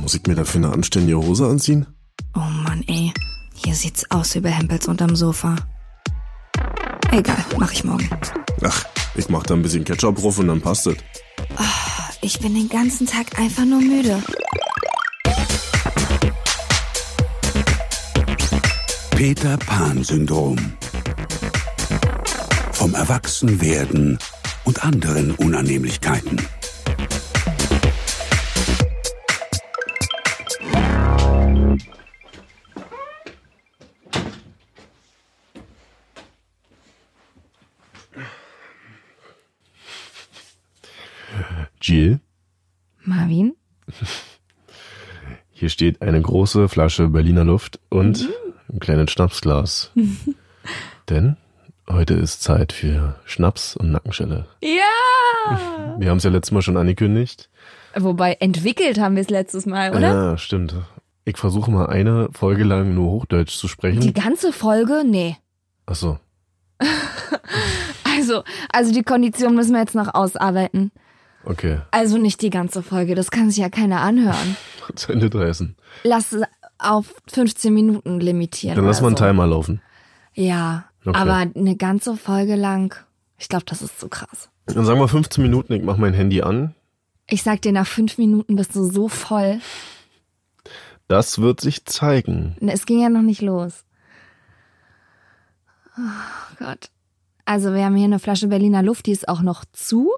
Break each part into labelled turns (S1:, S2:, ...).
S1: Muss ich mir dafür eine anständige Hose anziehen?
S2: Oh Mann, ey. Hier sieht's aus wie bei Hempels unterm Sofa. Egal, mach ich morgen.
S1: Ach, ich mach da ein bisschen Ketchup drauf und dann passt es.
S2: Ich bin den ganzen Tag einfach nur müde.
S3: Peter Pan-Syndrom. Vom Erwachsenwerden und anderen Unannehmlichkeiten.
S4: Jill,
S2: Marvin?
S4: hier steht eine große Flasche Berliner Luft und ein kleines Schnapsglas. Denn heute ist Zeit für Schnaps und Nackenschelle.
S5: Ja!
S4: Wir haben es ja letztes Mal schon angekündigt.
S5: Wobei, entwickelt haben wir es letztes Mal, oder?
S4: Ja, stimmt. Ich versuche mal eine Folge lang nur Hochdeutsch zu
S5: Die
S4: sprechen.
S5: ganze Folge? Nee.
S4: Ach so.
S5: Also, also die Kondition müssen wir jetzt noch ausarbeiten.
S4: okay.
S5: Also nicht die ganze Folge, das kann sich ja keiner anhören.
S4: Zu Ende dressen.
S5: Lass es auf 15 Minuten limitieren.
S4: Dann lass mal
S5: oder
S4: einen
S5: so.
S4: Timer laufen.
S5: Ja,
S4: Okay.
S5: aber eine ganze Folge lang, ich glaube, das ist zu krass.
S4: Dann sagen wir 15 Minuten, ich mache mein Handy an.
S5: Ich sag dir, nach fünf Minuten bist du so voll.
S4: Das wird sich zeigen.
S5: Ne, Es ging ja noch nicht los. Oh Gott. Also wir haben hier eine Flasche Berliner Luft, die ist auch noch zu.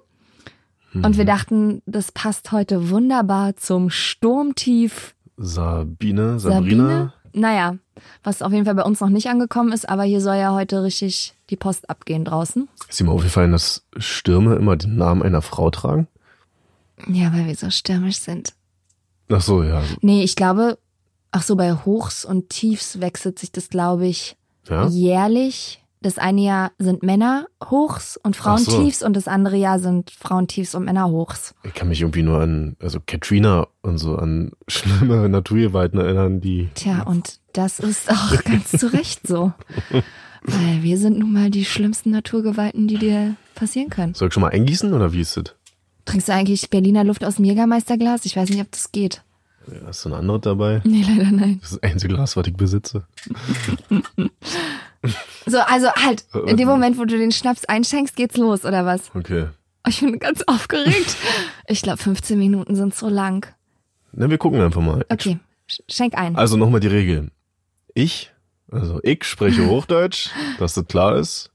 S5: Und
S4: Mhm.
S5: wir dachten, das passt heute wunderbar zum Sturmtief
S4: Sabine,
S5: Sabine.
S4: Sabrina.
S5: Naja, was auf jeden Fall bei uns noch nicht angekommen ist, aber hier soll ja heute richtig die Post abgehen draußen.
S4: Ist dir mal aufgefallen, dass Stürme immer den Namen einer Frau tragen?
S5: Ja, weil wir so stürmisch sind.
S4: Ach so, ja.
S5: Nee, ich glaube, ach so, bei Hochs und Tiefs wechselt sich das, glaube ich,
S4: Ja?
S5: Also- jährlich. Das eine Jahr sind Männer hochs und Frauen
S4: Ach so.
S5: tiefs und das andere Jahr sind Frauen tiefs und Männer hochs.
S4: Ich kann mich irgendwie nur an, also Katrina und so, an schlimme Naturgewalten erinnern, die.
S5: Tja, und das ist auch ganz zu Recht so. Weil wir sind nun mal die schlimmsten Naturgewalten, die dir passieren können.
S4: Soll ich schon mal eingießen oder wie ist das?
S5: Trinkst du eigentlich Berliner Luft aus dem Jägermeisterglas? Ich weiß nicht, ob das geht.
S4: Ja, Hast du ein anderes dabei?
S5: Nee, leider nein.
S4: Das ist das einzige Glas, was ich besitze.
S5: So, also halt,
S4: Äh,
S5: in dem Moment, wo du den Schnaps einschenkst, geht's los, oder was?
S4: Okay.
S5: Ich bin ganz aufgeregt. Ich glaube, 15 Minuten sind so lang.
S4: Na, wir gucken einfach mal.
S5: Okay, sch- schenk ein.
S4: Also nochmal die Regeln. Ich, also ich spreche Hochdeutsch, dass das klar ist.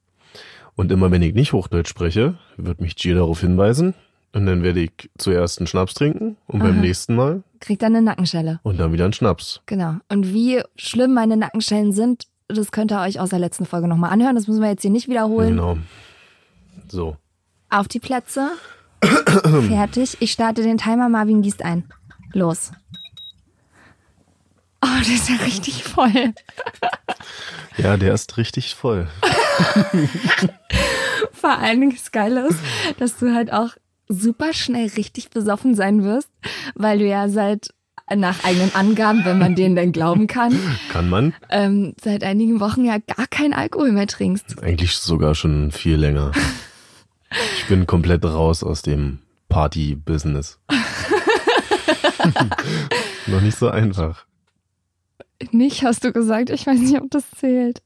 S4: Und immer wenn ich nicht Hochdeutsch spreche, wird mich Gia darauf hinweisen. Und dann werde ich zuerst einen Schnaps trinken und beim
S5: Aha.
S4: nächsten Mal
S5: Krieg dann eine Nackenschelle.
S4: und dann wieder einen Schnaps.
S5: Genau. Und wie schlimm meine Nackenschellen sind, das könnt ihr euch aus der letzten Folge nochmal anhören. Das müssen wir jetzt hier nicht wiederholen.
S4: Genau. So.
S5: Auf die Plätze. Fertig. Ich starte den Timer. Marvin gießt ein. Los. Oh, das ist ja richtig voll.
S4: Ja, der ist richtig voll.
S5: Vor allen Dingen das Geile ist, dass du halt auch super schnell richtig besoffen sein wirst, weil du ja seit nach eigenen Angaben, wenn man denen denn glauben kann,
S4: Kann man?
S5: ähm, seit einigen Wochen ja gar keinen Alkohol mehr trinkst.
S4: Eigentlich sogar schon viel länger. Ich bin komplett raus aus dem Party-Business. Noch nicht so einfach.
S5: Nicht, hast du gesagt. Ich weiß nicht, ob das zählt.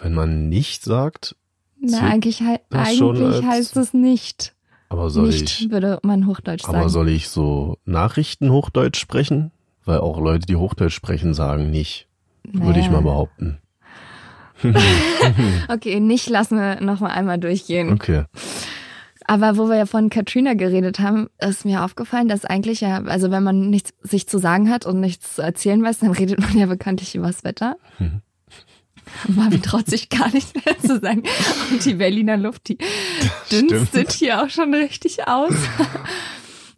S4: Wenn man nicht sagt,
S5: Na,
S4: Zählt
S5: eigentlich, hei-
S4: das schon
S5: eigentlich
S4: als-
S5: heißt es nicht.
S4: aber soll
S5: nicht,
S4: ich,
S5: würde man Hochdeutsch
S4: aber
S5: sagen.
S4: soll ich so Nachrichten Hochdeutsch sprechen? Weil auch Leute, die Hochdeutsch sprechen, sagen nicht. Würde ich
S5: Naja.
S4: mal behaupten.
S5: Okay, nicht lassen wir nochmal einmal durchgehen.
S4: Okay.
S5: Aber wo wir ja von Katrina geredet haben, ist mir aufgefallen, dass eigentlich ja, also wenn man nichts sich zu sagen hat und nichts zu erzählen weiß, dann redet man ja bekanntlich übers Wetter. Marvin traut sich gar nicht mehr zu sagen. Und die Berliner Luft, die dünstet
S4: stimmt.
S5: hier auch schon richtig aus.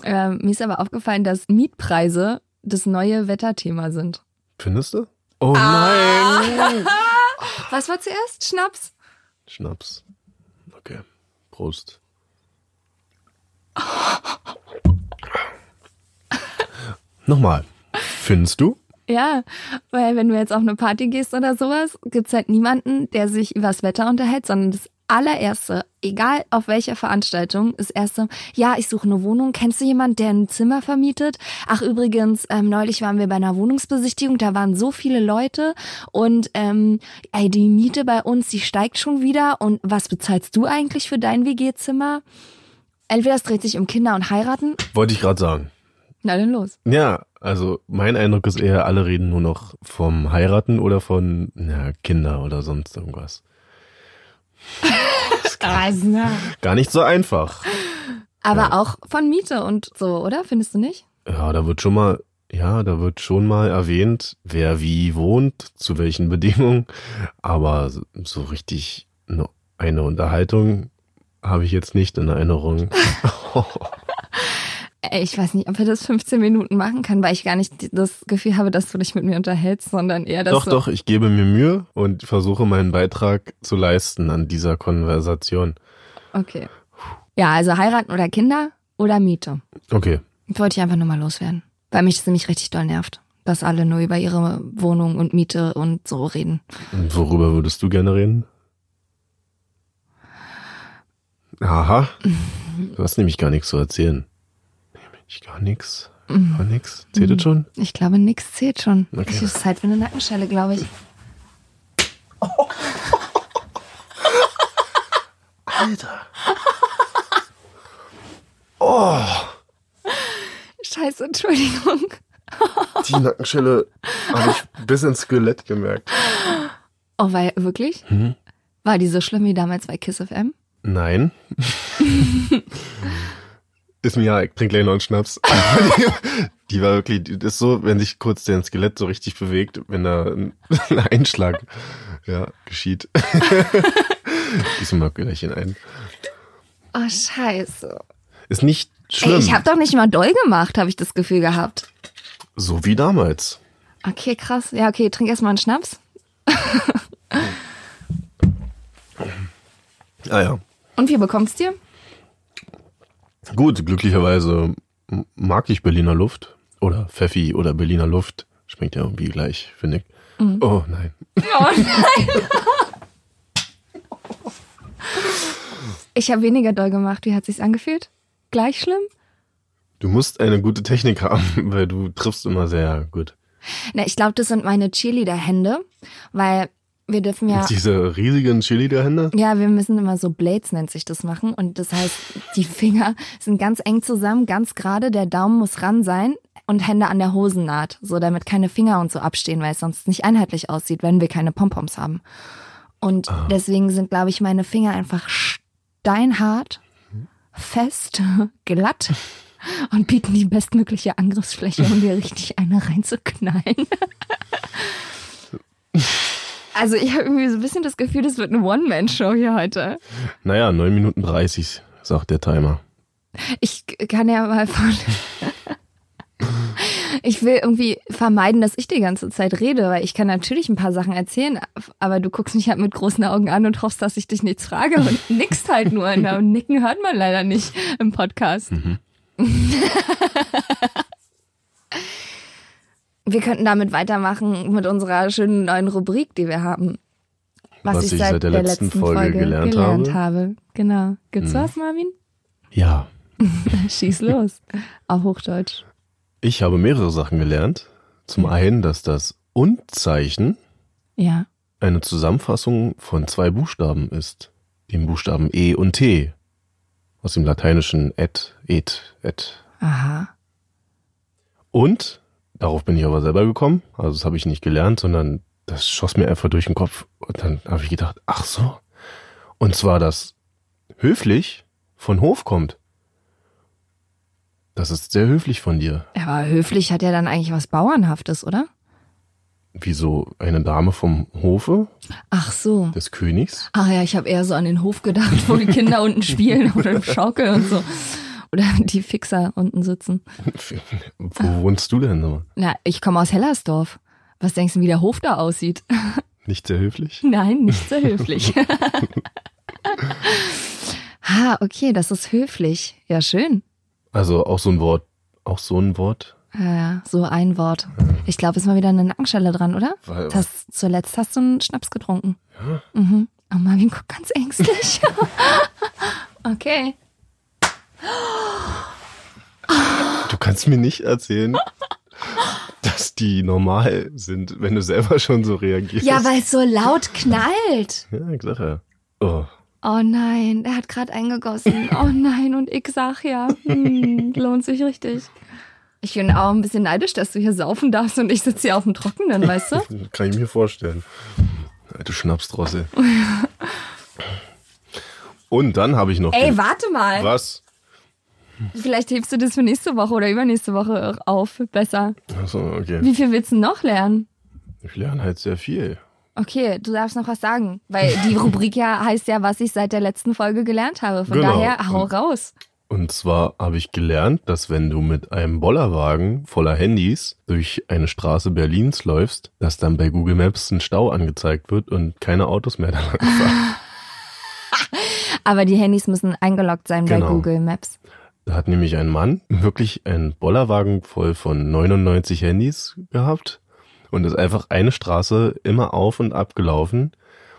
S5: ähm, mir ist aber aufgefallen, dass Mietpreise das neue Wetterthema sind.
S4: Findest du? Oh
S5: Ah.
S4: nein!
S5: Was war zuerst? Schnaps?
S4: Schnaps. Okay. Prost. Nochmal. Findest du?
S5: Ja, weil wenn du jetzt auf eine Party gehst oder sowas, gibt's halt niemanden, der sich übers Wetter unterhält, sondern das allererste, egal auf welcher Veranstaltung, ist erste, ja, ich suche eine Wohnung. Kennst du jemanden, der ein Zimmer vermietet? Ach, übrigens, ähm, neulich waren wir bei einer Wohnungsbesichtigung, da waren so viele Leute und ähm, ey, die Miete bei uns, die steigt schon wieder. Und was bezahlst du eigentlich für dein WG-Zimmer? Entweder es dreht sich um Kinder und heiraten.
S4: Wollte ich gerade sagen.
S5: Na dann los.
S4: Ja, also mein Eindruck ist eher, alle reden nur noch vom Heiraten oder von na, Kinder oder sonst irgendwas. Gar nicht so einfach.
S5: Aber auch von Miete und so, oder? Findest du nicht?
S4: Ja, da wird schon mal, ja, da wird schon mal erwähnt, wer wie wohnt, zu welchen Bedingungen. Aber so- so richtig eine, eine Unterhaltung habe ich jetzt nicht in Erinnerung.
S5: Äh, Ich weiß nicht, ob wir das 15 Minuten machen kann, weil ich gar nicht die- das Gefühl habe, dass du dich mit mir unterhältst, sondern eher, dass
S4: doch,
S5: du
S4: doch, ich gebe mir Mühe und versuche meinen Beitrag zu leisten an dieser Konversation.
S5: Okay. Ja, also heiraten oder Kinder oder Miete.
S4: Okay.
S5: Wollte ich einfach nur mal loswerden. Weil mich das nämlich richtig doll nervt, dass alle nur über ihre Wohnung und Miete und so reden.
S4: Und worüber würdest du gerne reden? Aha. Du hast nämlich gar nichts zu erzählen. Nämlich gar nichts. Gar nichts. Zählt das schon?
S5: Ich glaube, nix zählt schon.
S4: Okay.
S5: Es ist Zeit für eine Nackenschelle, glaube ich.
S4: Alter.
S5: Scheiße, Entschuldigung.
S1: Die Nackenschelle habe ich bis ins Skelett gemerkt.
S5: Oh, weil, wirklich?
S4: Mhm.
S5: War die so schlimm wie damals bei Kiss FM?
S4: Nein. ist mir ja, ich trinke gleich noch einen Schnaps. die war wirklich, die ist so, wenn sich kurz dein Skelett so richtig bewegt, wenn da ein, ein Einschlag ja, geschieht. Diesmal gleich in ein.
S5: Oh, scheiße.
S4: Ist nicht
S5: Ey,
S4: schlimm.
S5: ich habe doch nicht mal doll gemacht, habe ich das Gefühl gehabt.
S4: so wie damals.
S5: Okay, krass. Ja, okay, trink erstmal einen Schnaps.
S4: Ah ja.
S5: Und wie bekommst dir?
S4: Gut, glücklicherweise m- mag ich Berliner Luft. Oder Pfeffi oder Berliner Luft. Schmeckt ja irgendwie gleich, finde ich.
S5: Mhm.
S4: Oh nein.
S5: Ich habe weniger doll gemacht. Wie hat sich's angefühlt? Gleich schlimm?
S4: Du musst eine gute Technik haben, weil du triffst immer sehr gut.
S5: Na, ich glaube, das sind meine Cheerleader-Hände, weil wir dürfen ja.
S4: Diese riesigen Chili der Hände.
S5: Ja, wir müssen immer so Blades nennt sich das machen und das heißt, die Finger sind ganz eng zusammen, ganz gerade, der Daumen muss ran sein und Hände an der Hosennaht, so damit keine Finger und so abstehen, weil es sonst nicht einheitlich aussieht, wenn wir keine Pompoms haben. Und deswegen sind, glaube ich, meine Finger einfach steinhart, fest, glatt und bieten die bestmögliche Angriffsfläche, um dir richtig eine reinzuknallen. Also ich habe irgendwie so ein bisschen das Gefühl, das wird eine One-Man-Show hier heute.
S4: Naja, 9 Minuten 30, sagt der Timer.
S5: Ich kann ja mal von. Ich will irgendwie vermeiden, dass ich die ganze Zeit rede, weil ich kann natürlich ein paar Sachen erzählen, aber du guckst mich halt mit großen Augen an und hoffst, dass ich dich nichts frage und nickst halt nur. Na, und nicken hört man leider nicht im Podcast.
S4: Mhm.
S5: wir könnten damit weitermachen mit unserer schönen neuen Rubrik, die wir haben.
S4: Was ich seit der letzten Folge gelernt habe. Mhm.
S5: Genau. Gibt's was, Marvin?
S4: Ja,
S5: Schieß los. Auf Hochdeutsch.
S4: ich habe mehrere Sachen gelernt. Zum einen, dass das Und-Zeichen
S5: Ja.
S4: eine Zusammenfassung von zwei Buchstaben ist. Dem Buchstaben E und T. Aus dem lateinischen et, et, et.
S5: Aha.
S4: Und, darauf bin ich aber selber gekommen, also das habe ich nicht gelernt, sondern das schoss mir einfach durch den Kopf. Und dann habe ich gedacht, ach so. Und zwar, dass höflich von Hof kommt. Das ist sehr höflich von dir.
S5: Aber höflich hat ja dann eigentlich was Bauernhaftes, oder?
S4: Wieso eine Dame vom Hofe
S5: Ach so.
S4: des Königs?
S5: Ach ja, ich habe eher so an den Hof gedacht, wo die Kinder unten spielen oder im Schaukel und so. Oder die Fixer unten sitzen.
S4: Wo wohnst du denn? aber?
S5: Na, ich komme aus Hellersdorf. Was denkst du, wie der Hof da aussieht?
S4: Nicht sehr höflich?
S5: Nein, nicht so höflich. ah, okay, das ist höflich. Ja, schön.
S4: Also auch so ein Wort, auch so ein Wort.
S5: Ja, ja, so ein Wort. Ich glaube, ist mal wieder eine Nackenschelle dran, oder?
S4: Weil-
S5: Das, zuletzt hast du einen Schnaps getrunken. Oh, Marvin guckt ganz ängstlich. okay.
S4: Du kannst mir nicht erzählen, dass die normal sind, wenn du selber schon so reagierst.
S5: Ja, weil es so laut knallt.
S4: Ja, ich sag ja. Oh.
S5: Oh nein, er hat gerade eingegossen. Oh nein, und ich sag ja, hm, lohnt sich richtig. Ich bin auch ein bisschen neidisch, dass du hier saufen darfst und ich sitze hier auf dem Trockenen, weißt du?
S4: Kann ich mir vorstellen. Alte Schnapsdrossel. Und dann habe ich noch.
S5: Ey,
S4: den-
S5: warte mal.
S4: was?
S5: Vielleicht hebst du das für nächste Woche oder übernächste Woche auf. Besser.
S4: Achso, okay.
S5: Wie viel willst du noch lernen?
S4: Ich lerne halt sehr viel.
S5: Okay, du darfst noch was sagen, weil die Rubrik ja heißt ja, was ich seit der letzten Folge gelernt habe. Von
S4: Genau.
S5: daher, hau raus.
S4: Und zwar habe ich gelernt, dass wenn du mit einem Bollerwagen voller Handys durch eine Straße Berlins läufst, dass dann bei Google Maps ein Stau angezeigt wird und keine Autos mehr da lang fahren.
S5: Aber die Handys müssen eingeloggt sein
S4: Genau.
S5: bei Google Maps.
S4: Da hat nämlich ein Mann wirklich einen Bollerwagen voll von 99 Handys gehabt und ist einfach eine Straße immer auf und ab gelaufen.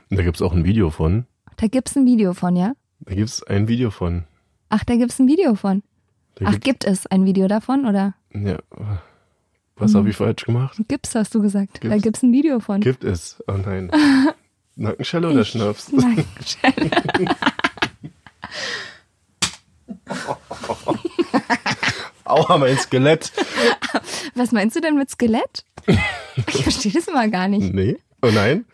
S4: Und da gibt's auch ein Video von.
S5: Da gibt's ein Video von, ja?
S4: Da gibt's ein Video von.
S5: Ach, da gibt's ein Video von.
S4: Da
S5: Ach, gibt es ein Video davon oder
S4: gibt, ja, was habe ich falsch gemacht?
S5: gibt's, hast du gesagt? Da
S4: Gibt's.
S5: gibt's ein Video von.
S4: Gibt es. Oh nein. Nackenschelle oder Schnaps?
S5: Nein, Scheiße.
S4: Aua, mein Skelett.
S5: was meinst du denn mit Skelett? Ich verstehe das mal gar nicht.
S4: Nee. Oh nein.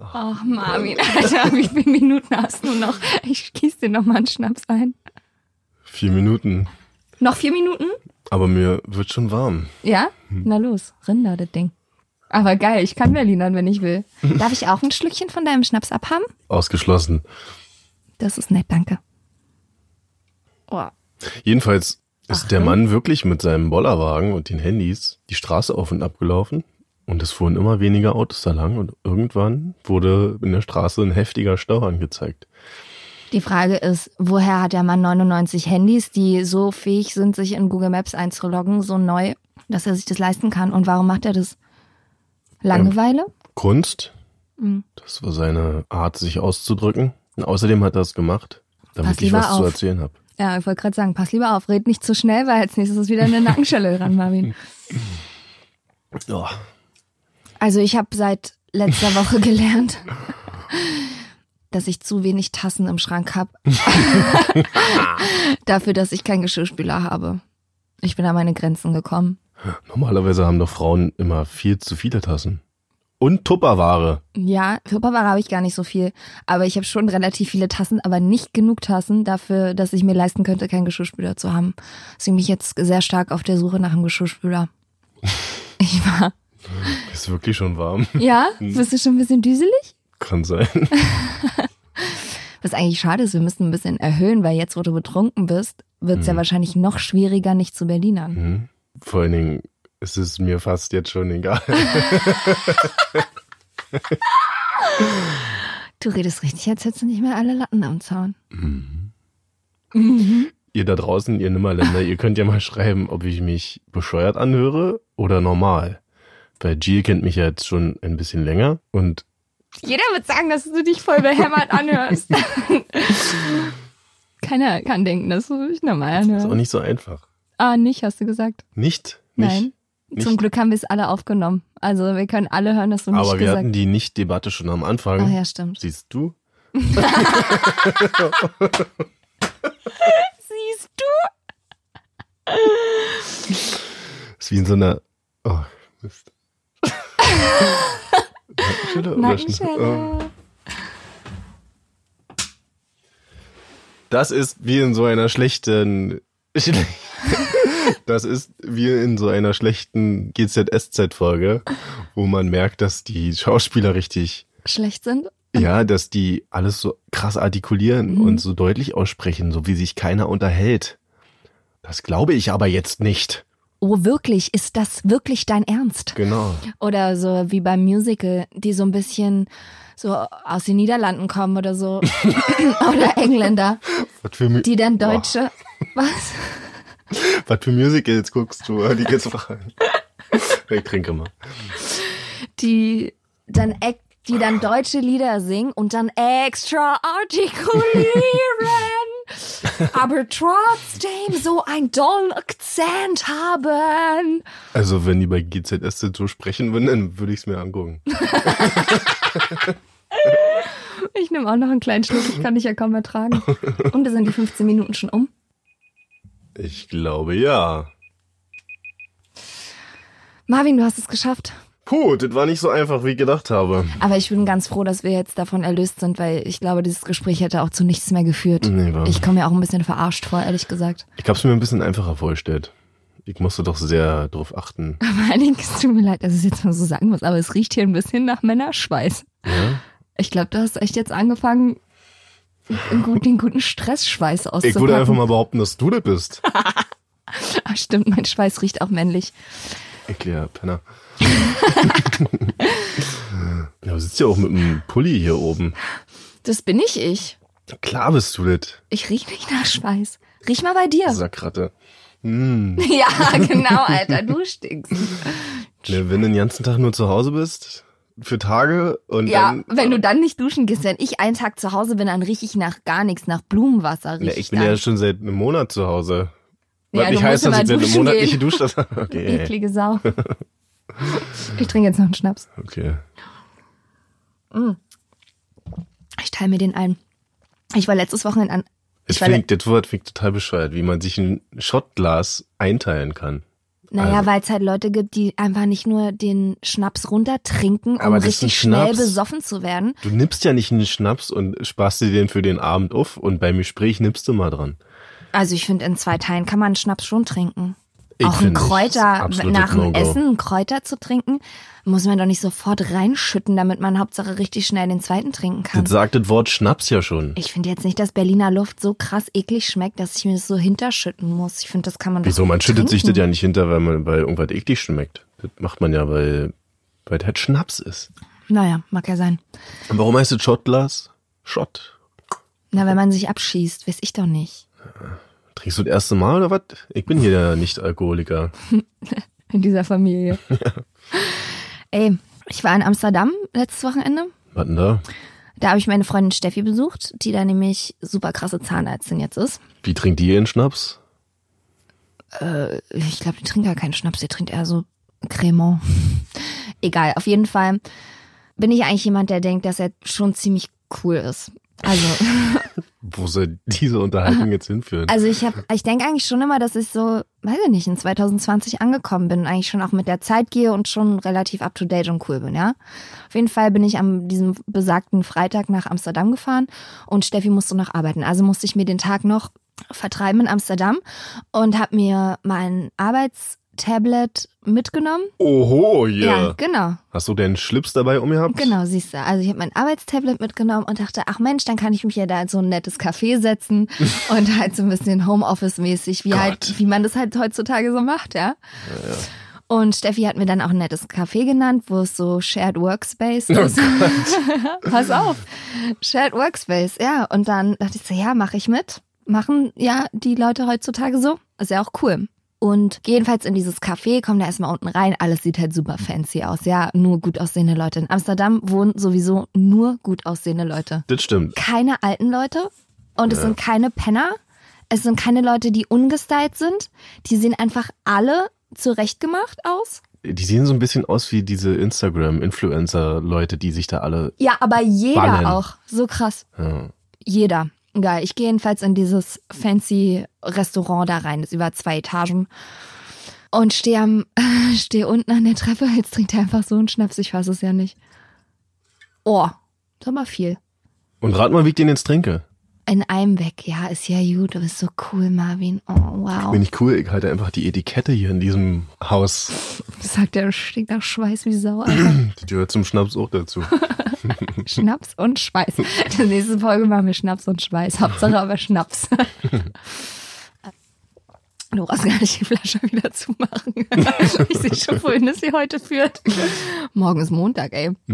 S5: Ach, Marvin, Alter, wie viele Minuten hast du noch? Ich gieß dir noch mal einen Schnaps ein.
S4: Vier Minuten.
S5: Noch vier Minuten?
S4: Aber mir wird schon warm.
S5: Ja? Na los, Rinder, das Ding. Aber geil, ich kann Berlinern, wenn ich will. Darf ich auch ein Schlückchen von deinem Schnaps abhaben?
S4: Ausgeschlossen.
S5: Das ist nett, danke. Oh.
S4: Jedenfalls ist der
S5: hm?
S4: Mann wirklich mit seinem Bollerwagen und den Handys die Straße auf und ab gelaufen. Und es fuhren immer weniger Autos da lang. Und irgendwann wurde in der Straße ein heftiger Stau angezeigt.
S5: Die Frage ist, woher hat der Mann 99 Handys, die so fähig sind, sich in Google Maps einzuloggen, so neu, dass er sich das leisten kann? Und warum macht er das? Langeweile?
S4: Kunst.
S5: Mhm.
S4: Das war seine Art, sich auszudrücken. Und außerdem hat er es gemacht, damit
S5: Pass
S4: ich
S5: lieber
S4: was zu
S5: auf.
S4: erzählen habe.
S5: Ja, ich wollte gerade sagen, pass lieber auf, red nicht zu schnell, weil als nächstes ist wieder eine Nackenschelle dran, Marvin.
S4: Ja.
S5: Also ich habe seit letzter Woche gelernt, dass ich zu wenig Tassen im Schrank habe. Dafür, dass ich keinen Geschirrspüler habe. Ich bin an meine Grenzen gekommen.
S4: Normalerweise haben doch Frauen immer viel zu viele Tassen. Und Tupperware.
S5: Ja, für Tupperware habe ich gar nicht so viel. Aber ich habe schon relativ viele Tassen, aber nicht genug Tassen dafür, dass ich mir leisten könnte, keinen Geschirrspüler zu haben. Deswegen bin ich jetzt sehr stark auf der Suche nach einem Geschirrspüler. Ich war.
S4: Ist wirklich schon warm.
S5: Ja? Bist du schon ein bisschen düselig?
S4: Kann sein.
S5: Was eigentlich schade ist, wir müssen ein bisschen erhöhen, weil jetzt, wo du betrunken bist, wird es ja wahrscheinlich noch schwieriger, nicht zu Berlinern.
S4: Mhm. Vor allen Dingen ist es mir fast jetzt schon egal.
S5: Du redest richtig, als hättest du nicht mehr alle Latten am Zaun.
S4: ihr da draußen, ihr Nimmerländer, ihr könnt ja mal schreiben, ob ich mich bescheuert anhöre oder normal. Weil Jill kennt mich ja jetzt schon ein bisschen länger und
S5: Jeder wird sagen, dass du dich voll behämmert anhörst. Keiner kann denken, dass du dich normal
S4: ist auch
S5: anhörst.
S4: nicht so einfach.
S5: Ah, nicht, hast du gesagt.
S4: Nicht? nicht
S5: Nein.
S4: nicht.
S5: Zum Glück haben wir es alle aufgenommen. Also wir können alle hören, dass du nicht
S4: Aber wir hatten
S5: gesagt
S4: die Nicht-Debatte schon am Anfang.
S5: hast. Ah ja, stimmt.
S4: Siehst du?
S5: Siehst
S4: Ist wie in so einer. Oh, Mist. Nackenschelle
S5: du,
S4: oder Schna-
S5: Nackenschelle.
S4: Oh. Das ist wie in so einer schlechten. Das ist wie in so einer schlechten GZSZ-Folge, wo man merkt, dass die Schauspieler richtig.
S5: Schlecht sind?
S4: Ja, dass die alles so krass artikulieren und so deutlich aussprechen, so wie sich keiner unterhält. Das glaube ich aber jetzt nicht.
S5: Oh, wirklich? Ist das wirklich dein Ernst?
S4: Genau.
S5: Oder so wie beim Musical, die so ein bisschen so aus den Niederlanden kommen oder so. oder Engländer,
S4: Was für Mu-
S5: die dann
S4: Boah.
S5: Deutsche. Was?
S4: Was für Musicals guckst du? Die geht's fragen. Ich trinke mal.
S5: Die dann Act die dann deutsche Lieder singen und dann extra artikulieren, aber trotzdem so einen dollen Akzent haben.
S4: Also, wenn die bei GZS so sprechen würden, dann würde ich es mir angucken.
S5: Ich nehme auch noch einen kleinen Schluck, ich kann dich ja kaum ertragen. Und da sind die 15 Minuten schon um.
S4: Ich glaube ja.
S5: Marvin, du hast es geschafft.
S4: Puh, das war nicht so einfach, wie ich gedacht habe.
S5: Aber ich bin ganz froh, dass wir jetzt davon erlöst sind, weil ich glaube, dieses Gespräch hätte auch zu nichts mehr geführt.
S4: Nee, war-
S5: Ich komme mir auch ein bisschen verarscht vor, ehrlich gesagt.
S4: Ich habe es mir ein bisschen einfacher vorgestellt. Ich musste doch sehr drauf achten.
S5: Vor allen Dingen, es tut mir leid, dass ich es jetzt mal so sagen muss, aber es riecht hier ein bisschen nach Männerschweiß.
S4: Ja?
S5: Ich glaube, du hast echt jetzt angefangen, einen guten, den guten Stressschweiß
S4: Ich
S5: auszupacken.
S4: würde einfach mal behaupten, dass du das bist.
S5: Ah, stimmt, mein Schweiß riecht auch männlich.
S4: Ekliger Penner. ja, du sitzt ja auch mit einem Pulli hier oben.
S5: Das bin ich ich.
S4: Klar bist du das,
S5: Ich riech nicht nach Schweiß. Riech mal bei dir.
S4: Sackratte. Hm.
S5: Ja, genau, Alter, du stinkst.
S4: Ne, wenn du den ganzen Tag nur zu Hause bist, für Tage und
S5: Ja,
S4: dann... äh,
S5: wenn du dann nicht duschen gehst, wenn ich einen Tag zu Hause bin, dann rieche ich nach gar nichts, nach Blumenwasser
S4: Ne,
S5: rieche
S4: ich
S5: ich
S4: bin
S5: dann.
S4: ja schon seit einem Monat zu Hause.
S5: Ja,
S4: Was nicht
S5: du musst
S4: heißt, dass
S5: immer
S4: ich also seit einem
S5: duschen
S4: Monat
S5: gehen.
S4: nicht geduscht habe. Okay.
S5: Eklige Sau. Ich trinke jetzt noch einen Schnaps.
S4: okay.
S5: Ich teile mir den ein. Ich war letztes Wochenende an.
S4: Ich
S5: Ich war le-
S4: finde, das Wort klingt total bescheuert, wie man sich ein Schottglas einteilen kann.
S5: Naja,
S4: Also-
S5: weil es halt Leute gibt, die einfach nicht nur den Schnaps runtertrinken, um
S4: Aber das ist ein
S5: richtig schnell
S4: Schnaps.
S5: besoffen zu werden.
S4: Du nimmst ja nicht einen Schnaps und sparst dir den für den Abend auf und beim Gespräch nimmst du mal dran.
S5: Also ich finde, in zwei Teilen kann man einen Schnaps schon trinken.
S4: Ich
S5: Auch ein
S4: finde, das ist
S5: Kräuter,
S4: absolutes
S5: nach dem
S4: No-Go.
S5: Essen einen Kräuter zu trinken, muss man doch nicht sofort reinschütten, damit man Hauptsache richtig schnell den zweiten trinken kann.
S4: Das sagt das Wort Schnaps ja schon.
S5: Ich finde jetzt nicht, dass Berliner Luft so krass eklig schmeckt, dass ich mir das so hinterschütten muss. Ich finde, das kann man doch
S4: Wieso? Man schüttet sich das
S5: trinken.
S4: ja nicht hinter, weil man weil irgendwas eklig schmeckt. Das macht man ja, weil weil das halt Schnaps ist.
S5: Naja, mag ja sein.
S4: Und warum heißt das Schottglas? Schott.
S5: Na, wenn man sich abschießt, weiß ich doch nicht.
S4: Trinkst du das erste Mal oder was? Ich bin hier der Nicht-Alkoholiker.
S5: In dieser Familie. Ey, ich war in Amsterdam letztes Wochenende.
S4: Was denn da?
S5: Da habe ich meine Freundin Steffi besucht, die da nämlich super krasse Zahnärztin jetzt ist.
S4: Wie trinkt ihr ihren Schnaps?
S5: Ich glaube, die trinkt gar keinen Schnaps, die trinkt eher so Cremant. Egal, auf jeden Fall bin ich eigentlich jemand, der denkt, dass er schon ziemlich cool ist. Also,
S4: Wo soll diese Unterhaltung jetzt hinführen?
S5: also ich habe, ich denke eigentlich schon immer, dass ich so, weiß ich nicht, in 2020 angekommen bin, und eigentlich schon auch mit der Zeit gehe und schon relativ up to date und cool bin, ja. Auf jeden Fall bin ich am diesem besagten Freitag nach Amsterdam gefahren und Steffi musste noch arbeiten. Also musste ich mir den Tag noch vertreiben in Amsterdam und habe mir mein Arbeitstablet mitgenommen.
S4: Oho, yeah.
S5: Ja, genau.
S4: Hast du deinen Schlips dabei um umgehabt?
S5: Genau, siehst du. Also ich habe mein Arbeitstablet mitgenommen und dachte, ach Mensch, dann kann ich mich ja da in so ein nettes Café setzen und halt so ein bisschen Homeoffice-mäßig, wie,
S4: Gott.
S5: halt, wie man das halt heutzutage so macht, ja. Und Steffi hat mir dann auch ein nettes Café genannt, wo es so Shared Workspace ist. Pass auf. Shared Workspace, ja. Und dann dachte ich so, ja, mache ich mit. Machen ja die Leute heutzutage so. Ist ja auch cool. Und geh jedenfalls in dieses Café, komm da erstmal unten rein, alles sieht halt super fancy aus. Ja, nur gut aussehende Leute. In Amsterdam wohnen sowieso nur gut aussehende Leute.
S4: Das stimmt.
S5: Keine alten Leute und es sind keine Penner. Es sind keine Leute, die ungestylt sind. Die sehen einfach alle zurechtgemacht aus.
S4: Die sehen so ein bisschen aus wie diese Instagram-Influencer-Leute, die sich da alle. äh,
S5: Ja, aber jeder
S4: Bannen.
S5: auch. So krass.
S4: Ja.
S5: Jeder. Geil. Ich gehe jedenfalls in dieses fancy Restaurant da rein. Das ist über zwei Etagen. Und stehe am, stehe unten an der Treppe. Jetzt trinkt er einfach so einen Schnaps. Ich fasse es ja nicht. Oh, ist aber viel.
S4: Und rat mal, wie ich den jetzt trinke.
S5: In einem weg. Ja, ist ja gut. Du bist so cool, Marvin. Oh, wow.
S4: Bin ich cool, ich halte einfach die Etikette hier in diesem Haus.
S5: Sagt er, stinkt nach Schweiß wie Sau. Alter.
S4: Die gehört zum Schnaps auch dazu.
S5: Schnaps und Schweiß. In der nächsten Folge machen wir Schnaps und Schweiß. Hauptsache aber Schnaps. Du brauchst gar nicht die Flasche wieder zumachen. Ich sehe schon, wohin es sie heute führt. Morgen ist Montag, ey.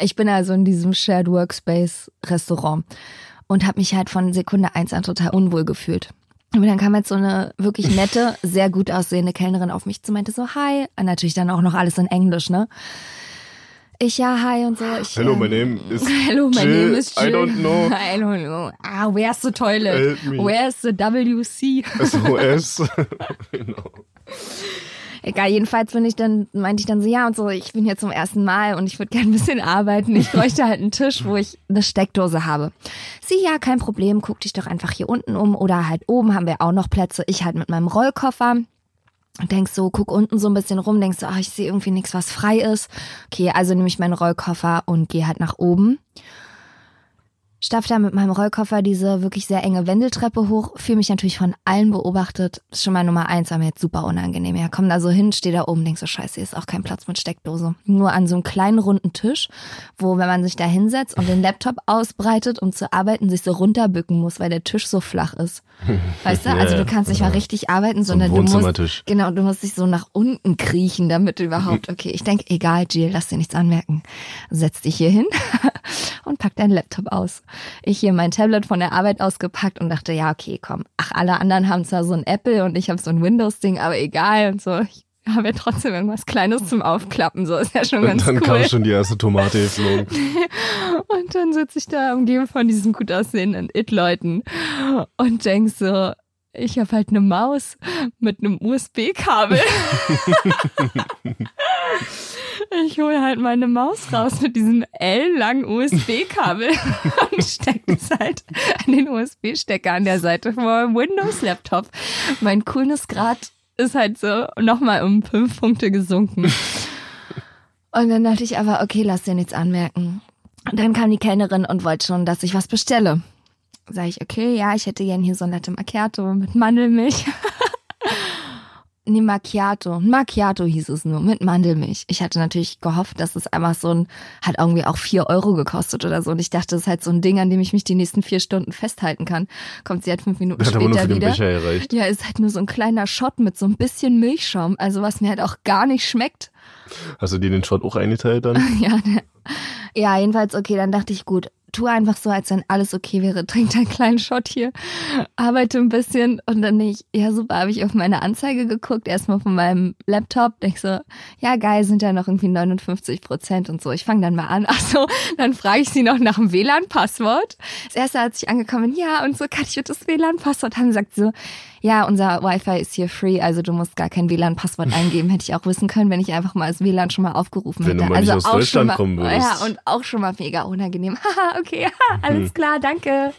S5: Ich bin also in diesem Shared Workspace Restaurant und habe mich halt von Sekunde eins an total unwohl gefühlt. Aber dann kam jetzt so eine wirklich nette, sehr gut aussehende Kellnerin auf mich zu, meinte so, hi. Und natürlich dann auch noch alles in Englisch, ne? Ich, ja, hi und so. Ich,
S4: Hello,
S5: ähm,
S4: my name is
S5: Hello, my
S4: Jill.
S5: name is Jill.
S4: I don't know.
S5: I don't know. Ah, where's the toilet?
S4: Help me.
S5: Where's the WC?
S4: SOS. genau.
S5: Egal, jedenfalls bin ich dann, meinte ich dann so, ja und so, ich bin hier zum ersten Mal und ich würde gerne ein bisschen arbeiten. Ich bräuchte halt einen Tisch, wo ich eine Steckdose habe. Sie, ja, kein Problem, guck dich doch einfach hier unten um oder halt oben haben wir auch noch Plätze. Ich halt mit meinem Rollkoffer und denkst so, guck unten so ein bisschen rum, denkst so, ach, ich sehe irgendwie nichts, was frei ist. Okay, also nehme ich meinen Rollkoffer und gehe halt nach oben. Staff da mit meinem Rollkoffer diese wirklich sehr enge Wendeltreppe hoch, fühle mich natürlich von allen beobachtet. Das ist schon mal Nummer eins, war mir jetzt super unangenehm. Ja, komm da so hin, steh da oben, denk so, scheiße, hier ist auch kein Platz mit Steckdose. Nur an so einem kleinen runden Tisch, wo, wenn man sich da hinsetzt und den Laptop ausbreitet, um zu arbeiten, sich so runterbücken muss, weil der Tisch so flach ist. Weißt du?
S4: Ja,
S5: Also du
S4: ja,
S5: kannst nicht mal
S4: ja.
S5: richtig arbeiten,
S4: ein
S5: sondern du musst,
S4: Wohnzimmertisch.
S5: genau, du musst dich so nach unten kriechen, damit du
S4: Mhm.
S5: überhaupt, okay, ich denke, egal, Jill, lass dir nichts anmerken. Setz dich hier hin und pack deinen Laptop aus. Ich hier mein Tablet von der Arbeit ausgepackt und dachte, ja, okay, komm. Ach, alle anderen haben zwar so ein Apple und ich habe so ein Windows-Ding, aber egal und so. Ich habe ja trotzdem irgendwas Kleines zum Aufklappen, so ist ja schon ganz
S4: Und dann
S5: cool.
S4: kam schon die erste Tomate geflogen.
S5: Und dann sitze ich da umgeben von diesen gut aussehenden It-Leuten und denk so, ich habe halt eine Maus mit einem USB-Kabel. ich hole halt meine Maus raus mit diesem L-langen USB-Kabel und stecke es halt an den USB-Stecker an der Seite von meinem Windows-Laptop. Mein cooles Grad ist halt so nochmal um fünf Punkte gesunken. Und dann dachte ich aber, okay, lass dir nichts anmerken. Und dann kam die Kellnerin und wollte schon, dass ich was bestelle. Sag ich, okay, ja, ich hätte gern hier so ein Latte Macchiato mit Mandelmilch. nee, Macchiato. Ein Macchiato hieß es nur, mit Mandelmilch. Ich hatte natürlich gehofft, dass es einfach so ein, hat irgendwie auch vier Euro gekostet oder so. Und ich dachte, das ist halt so ein Ding, an dem ich mich die nächsten vier Stunden festhalten kann. Kommt sie halt fünf Minuten
S4: Das hat aber nur
S5: später
S4: für den
S5: wieder.
S4: Becher gereicht.
S5: Ja, ist halt nur so ein kleiner Shot mit so ein bisschen Milchschaum. Also was mir halt auch gar nicht schmeckt.
S4: Hast du dir den Shot auch eingeteilt dann?
S5: Ja, ne. ja, jedenfalls okay. Dann dachte ich, gut, tu einfach so, als wenn alles okay wäre. Trink deinen kleinen Shot hier, arbeite ein bisschen und dann nicht. Ja, super, habe ich auf meine Anzeige geguckt, erstmal von meinem Laptop. Denk so, ja, geil, sind ja noch irgendwie 59 Prozent und so. Ich fange dann mal an. Ach so, dann frage ich sie noch nach dem WLAN-Passwort. Das erste, als ich angekommen bin, ja, und so kann ich bitte das WLAN-Passwort haben, sagt sie so, ja, unser Wi-Fi ist hier free, also du musst gar kein WLAN-Passwort eingeben. Hätte ich auch wissen können, wenn ich einfach mal das WLAN schon mal aufgerufen
S4: Wenn du
S5: hätte.
S4: mal nicht
S5: also
S4: aus
S5: auch schon
S4: Deutschland
S5: mal,
S4: kommen würdest.
S5: Ja, und auch schon mal mega unangenehm. Haha, okay, haha, alles klar, danke.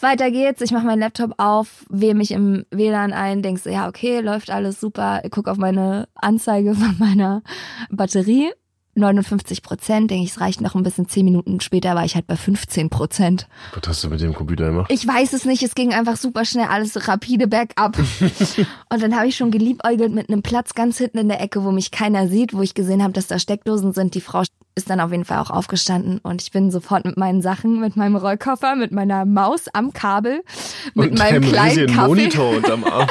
S5: Weiter geht's, ich mache meinen Laptop auf, wähle mich im WLAN ein, denkst, ja, okay, läuft alles super, guck auf meine Anzeige von meiner Batterie. 59 Prozent, denke ich, es reicht noch ein bisschen. Zehn Minuten später war ich halt bei 15 Prozent.
S4: Was hast du mit dem Computer gemacht?
S5: Ich weiß es nicht, es ging einfach super schnell, alles rapide bergab. und dann habe ich schon geliebäugelt mit einem Platz ganz hinten in der Ecke, wo mich keiner sieht, wo ich gesehen habe, dass da Steckdosen sind. Die Frau ist dann auf jeden Fall auch aufgestanden und ich bin sofort mit meinen Sachen, mit meinem Rollkoffer, mit meiner Maus am Kabel, mit
S4: und
S5: meinem
S4: einem
S5: kleinen
S4: riesigen
S5: Kaffee
S4: Monitor unterm Arm.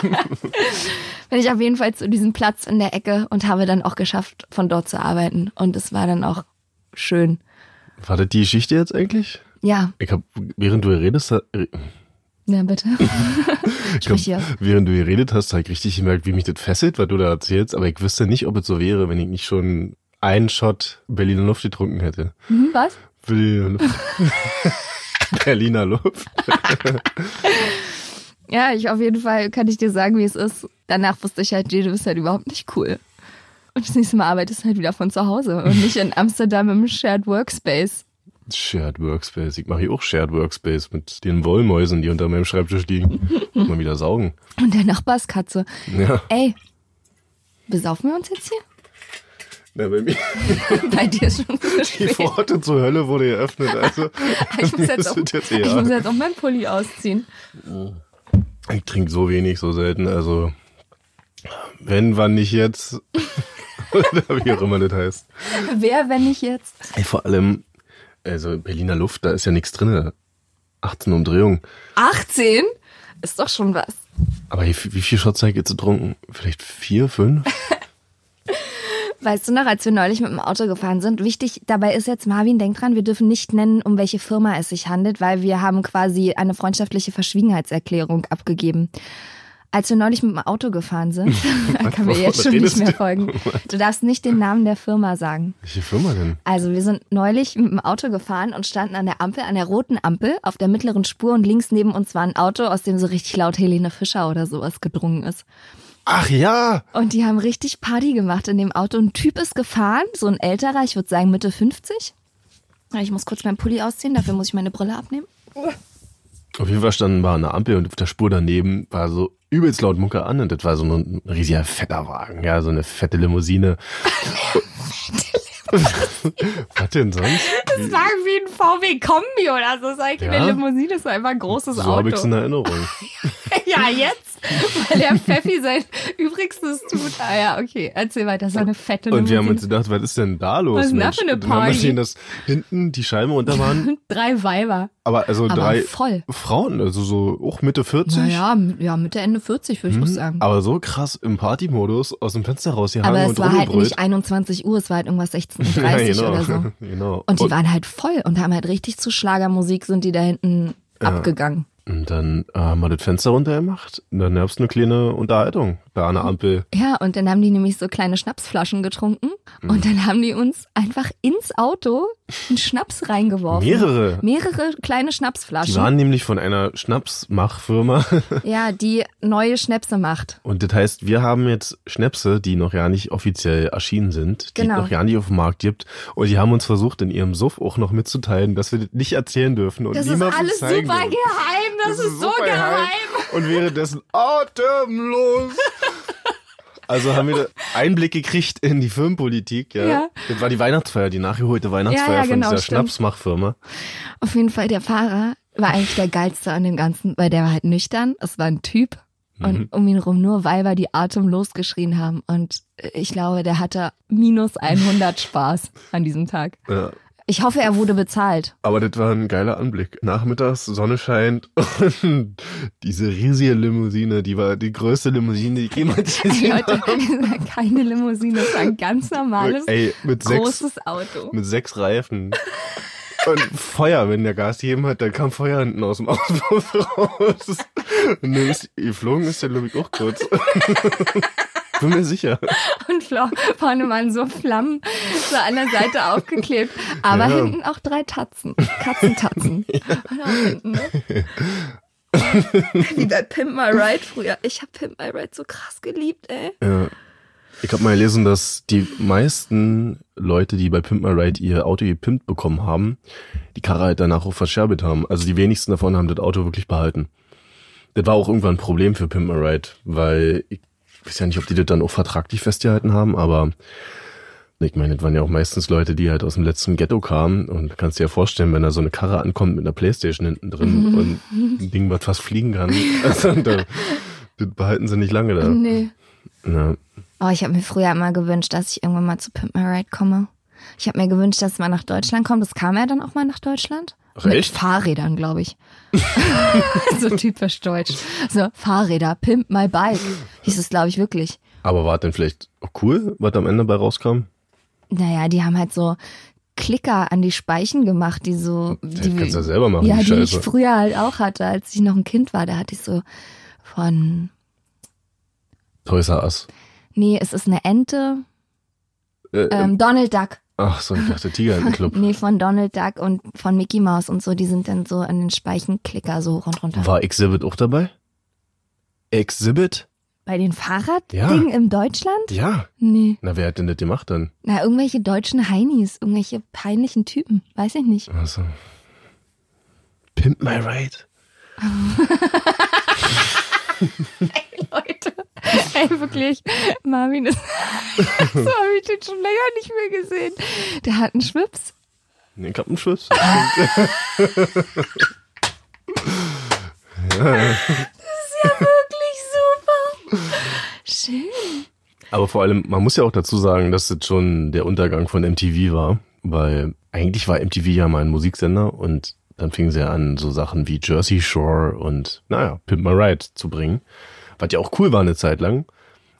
S5: bin ich auf jeden Fall zu diesem Platz in der Ecke und habe dann auch geschafft, von dort zu arbeiten. Und es war dann auch schön.
S4: War das die Geschichte jetzt eigentlich?
S5: Ja,
S4: Ich hab, während du redest,
S5: na bitte.
S4: ich
S5: Sprich hier.
S4: hab, während du geredet hast, habe ich richtig gemerkt, wie mich das fesselt, was du da erzählst. Aber ich wüsste nicht, ob es so wäre, wenn ich nicht schon einen Shot Berliner Luft getrunken hätte.
S5: Hm, was?
S4: Berliner Luft. Berliner Luft.
S5: Ja, ich auf jeden Fall kann ich dir sagen, wie es ist. Danach wusste ich halt, nee, du bist halt überhaupt nicht cool. Und das nächste Mal arbeitest du halt wieder von zu Hause und nicht in Amsterdam im Shared Workspace.
S4: Shared Workspace. Ich mache hier auch Shared Workspace mit den Wollmäusen, die unter meinem Schreibtisch liegen. Mal wieder saugen.
S5: Und der Nachbarskatze.
S4: Ja,
S5: Ey, besaufen wir uns jetzt hier?
S4: na, bei mir
S5: Bei dir ist schon zu
S4: die
S5: spät.
S4: Pforte zur Hölle wurde geöffnet. Also,
S5: Ich muss jetzt,
S4: das
S5: auch,
S4: wird jetzt
S5: ich
S4: eher.
S5: muss jetzt auch meinen Pulli ausziehen.
S4: Ich trinke so wenig, so selten. Also, wenn, wann nicht jetzt. Oder wie auch immer das heißt.
S5: Wer, wenn nicht jetzt?
S4: Ey, vor allem, also Berliner Luft, da ist ja nichts drinne. 18 Umdrehungen.
S5: 18? Ist doch schon was.
S4: Aber wie, wie viel Shots habe ich jetzt getrunken? Vielleicht vier, fünf?
S5: Weißt du noch, als wir neulich mit dem Auto gefahren sind, wichtig dabei ist jetzt, Marvin, denk dran, wir dürfen nicht nennen, um welche Firma es sich handelt, weil wir haben quasi eine freundschaftliche Verschwiegenheitserklärung abgegeben. Als wir neulich mit dem Auto gefahren sind, kann mir jetzt
S4: Was
S5: schon nicht
S4: redest
S5: mehr
S4: du?
S5: folgen. Du darfst nicht den Namen der Firma sagen.
S4: Welche Firma denn?
S5: Also wir sind neulich mit dem Auto gefahren und standen an der Ampel, an der roten Ampel, auf der mittleren Spur und links neben uns war ein Auto, aus dem so richtig laut Helene Fischer oder sowas gedrungen ist.
S4: Ach ja!
S5: Und die haben richtig Party gemacht in dem Auto. Ein Typ ist gefahren, so ein älterer, ich würde sagen Mitte 50. Ich muss kurz meinen Pulli ausziehen, dafür muss ich meine Brille abnehmen.
S4: Auf jeden Fall standen wir an der Ampel und auf der Spur daneben war so übelst laut Mucke an und das war so ein riesiger fetter Wagen, ja, so eine fette Limousine. Was denn sonst?
S5: Das war wie ein VW Kombi oder so. Das ist eigentlich
S4: Ja?
S5: eine Limousine, das war einfach ein großes
S4: So habe ich es in
S5: Auto.
S4: Erinnerung.
S5: Ja, jetzt, weil der Pfeffi sein Übrigstes tut. Ah ja, okay, erzähl weiter, das war eine fette
S4: Und wir
S5: Limousine.
S4: haben uns gedacht, was ist denn da los?
S5: Was ist denn da
S4: Mensch?
S5: für eine
S4: Und dann haben wir
S5: Party?
S4: gesehen, dass hinten die Scheiben runter waren,
S5: Drei Weiber.
S4: aber also
S5: Aber
S4: drei
S5: voll.
S4: Frauen, also so auch Mitte 40.
S5: Naja, m- ja, Mitte, Ende 40 würde ich auch sagen.
S4: Mhm. Aber so krass im Partymodus aus dem Fenster rausgehangen
S5: Aber es
S4: und
S5: war halt
S4: rumgebrüllt.
S5: nicht 21 Uhr, es war halt irgendwas 16.30
S4: ja, genau.
S5: oder so.
S4: genau.
S5: Und die waren halt voll und haben halt richtig zu Schlagermusik sind die da hinten abgegangen.
S4: Und dann äh, haben wir das Fenster runtergemacht. Und dann gab's eine kleine Unterhaltung da an der Ampel.
S5: Ja, und dann haben die nämlich so kleine Schnapsflaschen getrunken
S4: Mhm.
S5: und dann haben die uns einfach ins Auto einen Schnaps reingeworfen.
S4: Mehrere.
S5: Mehrere kleine
S4: Die
S5: Schnapsflaschen.
S4: waren nämlich von einer Schnapsmachfirma.
S5: ja, die neue Schnäpse macht.
S4: Und das heißt, wir haben jetzt Schnäpse, die noch gar nicht offiziell erschienen sind, die
S5: Genau.
S4: noch gar nicht auf dem Markt gibt. Und die haben uns versucht, in ihrem Suff auch noch mitzuteilen, dass wir das nicht erzählen dürfen. Und
S5: Das ist
S4: niemandem
S5: alles super
S4: zeigen
S5: geheim,
S4: dürfen.
S5: das, ist, so
S4: super
S5: geheim.
S4: Und währenddessen atemlos. Also haben wir da Einblick gekriegt in die Firmenpolitik, ja.
S5: Ja.
S4: Das war die Weihnachtsfeier, die nachgeholte Weihnachtsfeier
S5: Ja, ja, genau,
S4: von dieser
S5: stimmt.
S4: Schnapsmachfirma.
S5: Auf jeden Fall, der Fahrer war eigentlich der geilste an dem Ganzen, weil der war halt nüchtern, es war ein Typ und
S4: Mhm.
S5: um ihn rum nur Weiber, die atemlos geschrien haben und ich glaube, der hatte minus 100 Spaß an diesem Tag.
S4: Ja.
S5: Ich hoffe, er wurde bezahlt.
S4: Aber das war ein geiler Anblick. Nachmittags, Sonne scheint und diese riesige Limousine, die war die größte Limousine, die ich jemals gesehen habe.
S5: Leute, das war keine Limousine, das war ein ganz normales,
S4: Ey, mit sechs,
S5: großes Auto.
S4: mit sechs Reifen. Und Feuer, wenn der Gas gegeben hat, dann kam Feuer hinten aus dem Auspuff raus. Und dann ist, geflogen ist der Lubik auch kurz. Bin mir sicher.
S5: Und Flo- vorne waren so Flammen zur anderen Seite aufgeklebt. Aber
S4: Ja.
S5: hinten auch drei Tatzen. Katzentatzen. Und auch hinten, ne? Wie bei Pimp My Ride früher. Ich habe Pimp My Ride so krass geliebt, ey.
S4: Äh, Ich habe mal gelesen, dass die meisten Leute, die bei Pimp My Ride ihr Auto gepimpt bekommen haben, die Karre halt danach auch verscherbelt haben. Also die wenigsten davon haben das Auto wirklich behalten. Das war auch irgendwann ein Problem für Pimp My Ride, weil ich weiß ja nicht, ob die das dann auch vertraglich festgehalten haben, aber ich meine, das waren ja auch meistens Leute, die halt aus dem letzten Ghetto kamen und kannst dir ja vorstellen, wenn da so eine Karre ankommt mit einer Playstation hinten drin und ein Ding, was fast fliegen kann, also, dann, das behalten sie nicht lange da.
S5: Nee.
S4: Ja.
S5: Oh, ich habe mir früher immer gewünscht, dass ich irgendwann mal zu Pimp My Ride komme. Ich habe mir gewünscht, dass es mal nach Deutschland kommt. Das kam ja dann auch mal nach Deutschland.
S4: Ach,
S5: Mit
S4: echt?
S5: Fahrrädern, glaube ich. so typisch deutsch. So, Fahrräder, Pimp My Bike. Hieß es, glaube ich, wirklich.
S4: Aber war denn vielleicht auch cool, was am Ende bei rauskam?
S5: Naja, die haben halt so Klicker an die Speichen gemacht, die so.
S4: Das
S5: Die,
S4: kannst du ja selber machen,
S5: ja,
S4: die
S5: die ich
S4: Scheiße.
S5: früher halt auch hatte, als ich noch ein Kind war. Da hatte ich so von.
S4: Größer Ass.
S5: Nee, es ist eine Ente.
S4: Äh,
S5: Ähm, Donald Duck.
S4: Ach so, ich dachte Tiger im Club.
S5: Nee, von Donald Duck und von Mickey Mouse und so. Die sind dann so an den Speichenklicker so rund runter.
S4: War Exhibit auch dabei? Exhibit?
S5: Bei den Fahrraddingen im Deutschland?
S4: Ja.
S5: Nee.
S4: Na, wer hat denn das gemacht dann?
S5: Na, irgendwelche deutschen Heinis, irgendwelche peinlichen Typen. Weiß ich nicht.
S4: Also. Pimp my ride.
S5: Leute, ey, wirklich, Marvin ist. so habe ich den schon länger nicht mehr gesehen. Der hat einen Schwips.
S4: Nee, ich hab einen Schuss.
S5: Wirklich super. Schön.
S4: Aber vor allem, man muss ja auch dazu sagen, dass das schon der Untergang von MTV war, weil eigentlich war MTV ja mal ein Musiksender und dann fingen sie an, so Sachen wie Jersey Shore und, naja, Pimp My Ride zu bringen, was ja auch cool war eine Zeit lang.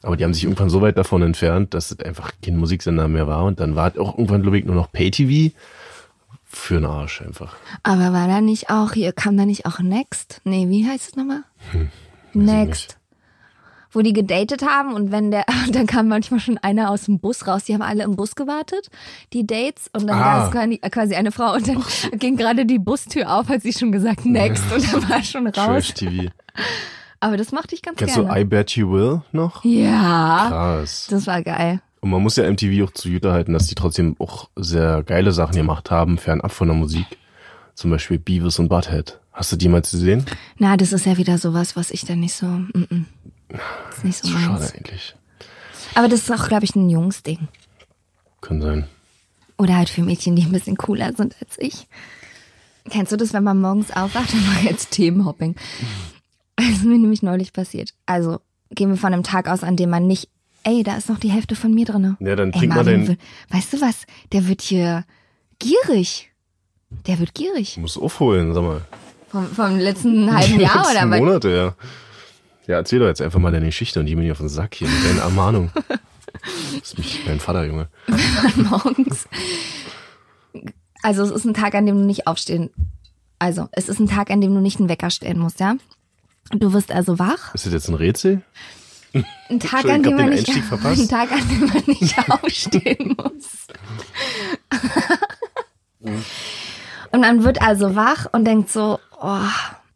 S4: Aber die haben sich irgendwann so weit davon entfernt, dass es einfach kein Musiksender mehr war. Und dann war es auch irgendwann, glaube ich, nur noch Pay-TV. Für den Arsch einfach.
S5: Aber war da nicht auch, hier kam da nicht auch Next? Nee, wie heißt es nochmal? Next. Wo die gedatet haben und wenn der, dann kam manchmal schon einer aus dem Bus raus, die haben alle im Bus gewartet, die Dates, und dann
S4: Ah.
S5: war es quasi- äh, quasi eine Frau und dann ging gerade die Bustür auf, hat sie schon gesagt, next, und dann war er schon raus.
S4: Trash-TV.
S5: Aber das mochte ich ganz
S4: Kennst du
S5: gerne.
S4: I Bet You Will noch?
S5: ja,
S4: Krass.
S5: das war geil.
S4: Und man muss ja MTV auch zu Jüte halten, dass die trotzdem auch sehr geile Sachen gemacht haben, fernab von der Musik. Zum Beispiel Beavis und Butthead. Hast du die mal gesehen?
S5: Na, das ist ja wieder sowas, was ich dann nicht so, mm -mm. ist nicht so
S4: Ist schade
S5: meins.
S4: eigentlich.
S5: Aber das ist auch, glaube ich, ein Jungsding.
S4: Kann sein.
S5: Oder halt für Mädchen, die ein bisschen cooler sind als ich. Kennst du das, wenn man morgens aufwacht und macht jetzt Themenhopping? Das ist mir nämlich neulich passiert. Also gehen wir von einem Tag aus, an dem man nicht, ey, da ist noch die Hälfte von mir drin.
S4: Ja, dann trinkt man den-
S5: Weißt du was? Der wird hier gierig. Der wird gierig.
S4: Muss aufholen, sag mal.
S5: Vom, vom letzten halben Jahr
S4: Letzten
S5: oder was?
S4: Monate, ja. Ja, erzähl doch jetzt einfach mal deine Geschichte und die bin ich auf den Sack hier mit deinen Ermahnungen. Das ist mich mein Vater, Junge.
S5: morgens. Also es ist ein Tag, an dem du nicht aufstehen. Also es ist ein Tag, an dem du nicht einen Wecker stellen musst, ja? Du wirst also wach.
S4: Ist das jetzt ein Rätsel?
S5: Ein Tag, an dem
S4: Entschuldigung,
S5: man
S4: ich
S5: nicht,
S4: hab den Einstieg verpasst.
S5: ein Tag, an dem man nicht aufstehen muss.
S4: Mhm.
S5: und man wird also wach und denkt so, oh,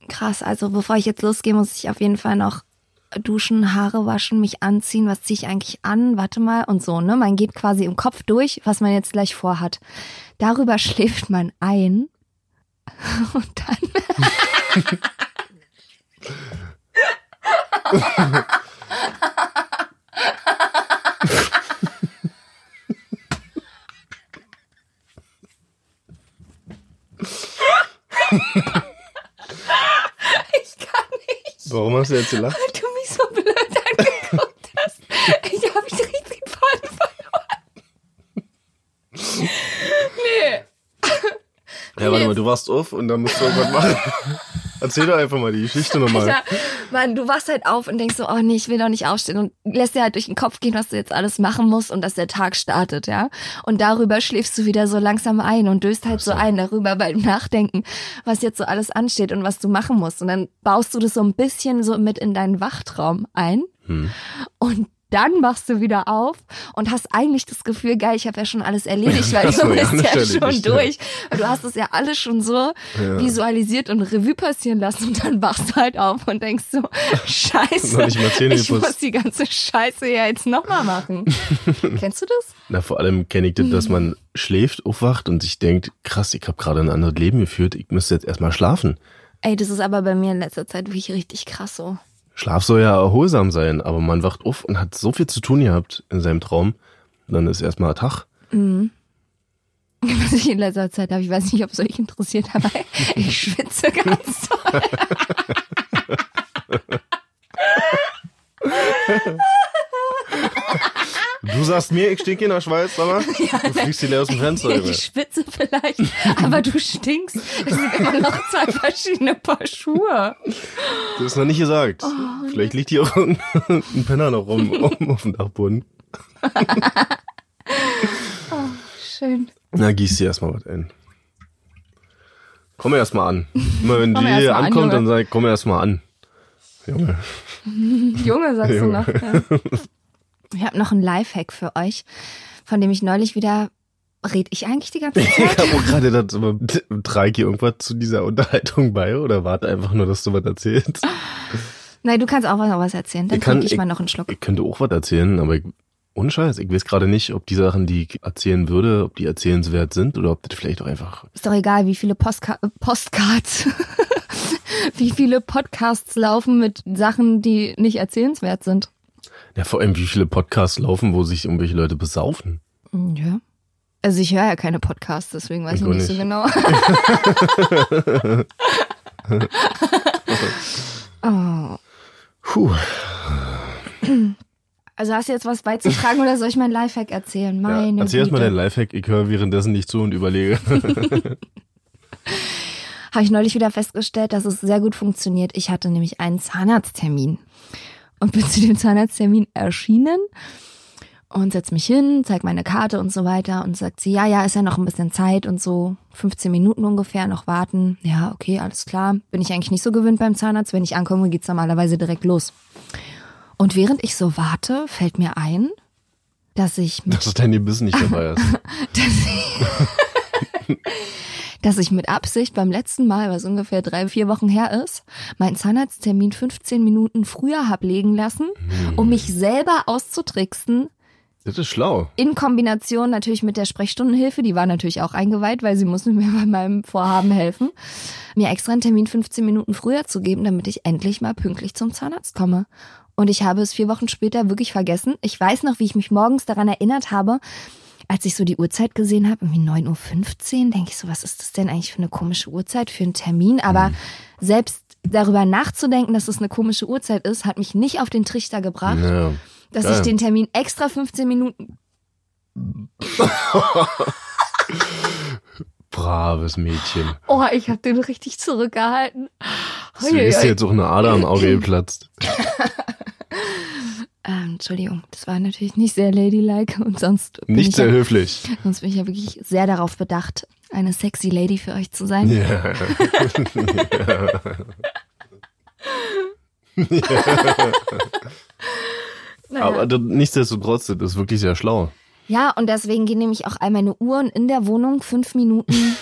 S5: krass. Also bevor ich jetzt losgehe, muss ich auf jeden Fall noch duschen, Haare waschen, mich anziehen. Was ziehe ich eigentlich an? Warte mal und so. Ne, man geht quasi im Kopf durch, was man jetzt gleich vorhat. Darüber schläft man ein und dann ich kann nicht.
S4: Warum hast du jetzt gelacht?
S5: weil du mich so blöd angeguckt hast. Ich habe mich richtig voll
S4: Ja, warte mal, du warst auf und dann musst du irgendwas machen. Erzähl doch einfach mal die Geschichte nochmal.
S5: Alter, Mann, du wachst halt auf und denkst so, oh nee, ich will doch nicht aufstehen und lässt dir halt durch den Kopf gehen, was du jetzt alles machen musst und dass der Tag startet, ja. Und darüber schläfst du wieder so langsam ein und döst halt so ein darüber beim Nachdenken, was jetzt so alles ansteht und was du machen musst. Und dann baust du das so ein bisschen so mit in deinen Wachtraum ein.
S4: Hm.
S5: Und dann wachst du wieder auf und hast eigentlich das Gefühl, geil, ich habe ja schon alles erledigt, weil
S4: Ach so,
S5: du
S4: ja,
S5: bist ja
S4: natürlich,
S5: schon
S4: stimmt.
S5: durch. Und Du hast es ja alles schon so visualisiert und Revue passieren lassen und dann wachst du halt auf und denkst so, scheiße,
S4: Noch nicht mal Zähne
S5: ich muss
S4: geputzt.
S5: die ganze Scheiße ja jetzt nochmal machen. Kennst du das?
S4: Na, vor allem kenne ich das,
S5: Mhm.
S4: dass man schläft, aufwacht und sich denkt, krass, ich habe gerade ein anderes Leben geführt, ich müsste jetzt erstmal schlafen.
S5: Ey, das ist aber bei mir in letzter Zeit wirklich richtig krass so.
S4: Schlaf soll ja erholsam sein, aber man wacht auf und hat so viel zu tun gehabt in seinem Traum, dann ist erstmal Tag.
S5: Was ich in letzter Zeit habe, ich weiß nicht, ob es euch interessiert, aber ich schwitze ganz toll.
S4: Du sagst mir, ich stinke in der Schweiz, sag mal. du fliegst dir leer aus dem Fenster. Junge.
S5: Ich schwitze vielleicht, aber du stinkst. Es sind immer noch zwei verschiedene Paar Schuhe.
S4: Das ist noch nicht gesagt.
S5: Oh,
S4: Vielleicht liegt hier auch ein, ein Penner noch rum oben auf dem Dachboden.
S5: Schön.
S4: Na, gieß dir erstmal was ein. Komm erstmal an. Immer wenn
S5: Komm
S4: die
S5: erst
S4: hier
S5: mal an,
S4: ankommt,
S5: Junge.
S4: dann sag ich, komm erstmal an. Junge.
S5: Junge, sagst
S4: Junge.
S5: du noch. Ja. Ich habe noch einen Lifehack für euch, von dem ich neulich wieder. Red ich eigentlich die ganze
S4: Ich
S5: Zeit?
S4: habe auch gerade gedacht, aber trage hier irgendwas zu dieser Unterhaltung bei oder warte einfach nur, dass du was erzählst?
S5: Nein, du kannst auch noch was erzählen. Dann
S4: Ich kann-
S5: trinke ich, mal
S4: ich-
S5: noch einen Schluck.
S4: Ich könnte auch was erzählen, aber ich, ohne Scheiß, ich weiß gerade nicht, ob die Sachen, die ich erzählen würde, ob die erzählenswert sind oder ob das vielleicht auch einfach
S5: Ist doch egal, wie viele Postka äh, Postcards, wie viele Podcasts laufen mit Sachen, die nicht erzählenswert sind.
S4: Ja, vor allem, wie viele Podcasts laufen, wo sich irgendwelche Leute besaufen.
S5: Hm, Ja. Also ich höre ja keine Podcasts, deswegen
S4: Ich
S5: weiß ich
S4: auch
S5: nicht, so
S4: nicht.
S5: genau. oh.
S4: Puh,
S5: Also hast du jetzt was beizutragen oder soll ich mein Lifehack erzählen?
S4: ja,
S5: Meine
S4: erzähl
S5: Güte.
S4: erstmal dein Lifehack, ich höre währenddessen nicht zu und überlege.
S5: habe ich neulich wieder festgestellt, dass es sehr gut funktioniert. Ich hatte nämlich einen Zahnarzttermin. und bin zu dem Zahnarzttermin erschienen und setz mich hin, zeig meine Karte und so weiter und sagt sie, ja, ja, ist ja noch ein bisschen Zeit und so 15 Minuten ungefähr noch warten. Ja, okay, alles klar. Bin ich eigentlich nicht so gewöhnt beim Zahnarzt. Wenn ich ankomme, geht's normalerweise direkt los. Und während ich so warte, fällt mir ein, dass ich mit
S4: Dass dein Gebissen nicht dabei ist.
S5: dass ich mit Absicht beim letzten Mal, was ungefähr drei, vier Wochen her ist, meinen Zahnarzttermin 15 Minuten früher hab legen lassen, um mich selber auszutricksen.
S4: Das ist schlau.
S5: In Kombination natürlich mit der Sprechstundenhilfe, die war natürlich auch eingeweiht, weil sie musste mir bei meinem Vorhaben helfen, mir extra einen Termin 15 Minuten früher zu geben, damit ich endlich mal pünktlich zum Zahnarzt komme. Und ich habe es vier Wochen später wirklich vergessen. Ich weiß noch, wie ich mich morgens daran erinnert habe, als ich so die Uhrzeit gesehen habe, irgendwie 9.15 Uhr, denke ich so, was ist das denn eigentlich für eine komische Uhrzeit für einen Termin? Aber selbst darüber nachzudenken, dass es eine komische Uhrzeit ist, hat mich nicht auf den Trichter gebracht,
S4: Ja.
S5: dass
S4: geil.
S5: ich den Termin extra 15 Minuten.
S4: Braves Mädchen.
S5: Oh, ich habe den richtig zurückgehalten.
S4: Deswegen ist dir jetzt auch eine Ader am Auge geplatzt.
S5: Ähm, Entschuldigung, das war natürlich nicht sehr ladylike und sonst bin,
S4: Nicht
S5: ich
S4: sehr
S5: ja,
S4: höflich.
S5: sonst bin ich ja wirklich sehr darauf bedacht, eine sexy Lady für euch zu sein.
S4: Ja.
S5: Naja.
S4: Aber das, nichtsdestotrotz, das ist wirklich sehr schlau.
S5: Ja, und deswegen gehen nämlich auch all meine Uhren in der Wohnung fünf Minuten.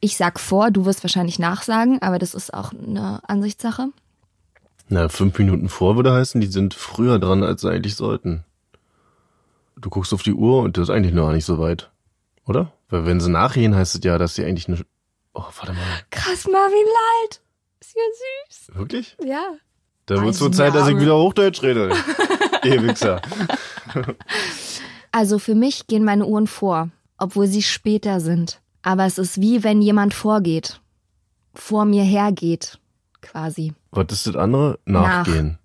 S5: Ich sag vor, du wirst wahrscheinlich nachsagen, aber das ist auch eine Ansichtssache.
S4: Na, fünf Minuten vor würde heißen, die sind früher dran, als sie eigentlich sollten. Du guckst auf die Uhr und das ist eigentlich noch gar nicht so weit. Oder? Weil wenn sie nachgehen, heißt es ja, dass sie eigentlich eine. Oh, warte mal.
S5: Krass, Marvin Leid. Ist ja süß.
S4: Wirklich?
S5: Ja.
S4: Da wird's wohl
S5: Eisenarme.
S4: Zeit, dass ich wieder Hochdeutsch rede. Ihr Wichser.
S5: Also für mich gehen meine Uhren vor, obwohl sie später sind. Aber es ist wie wenn jemand vorgeht. Vor mir hergeht, quasi.
S4: Was ist das andere? Nachgehen.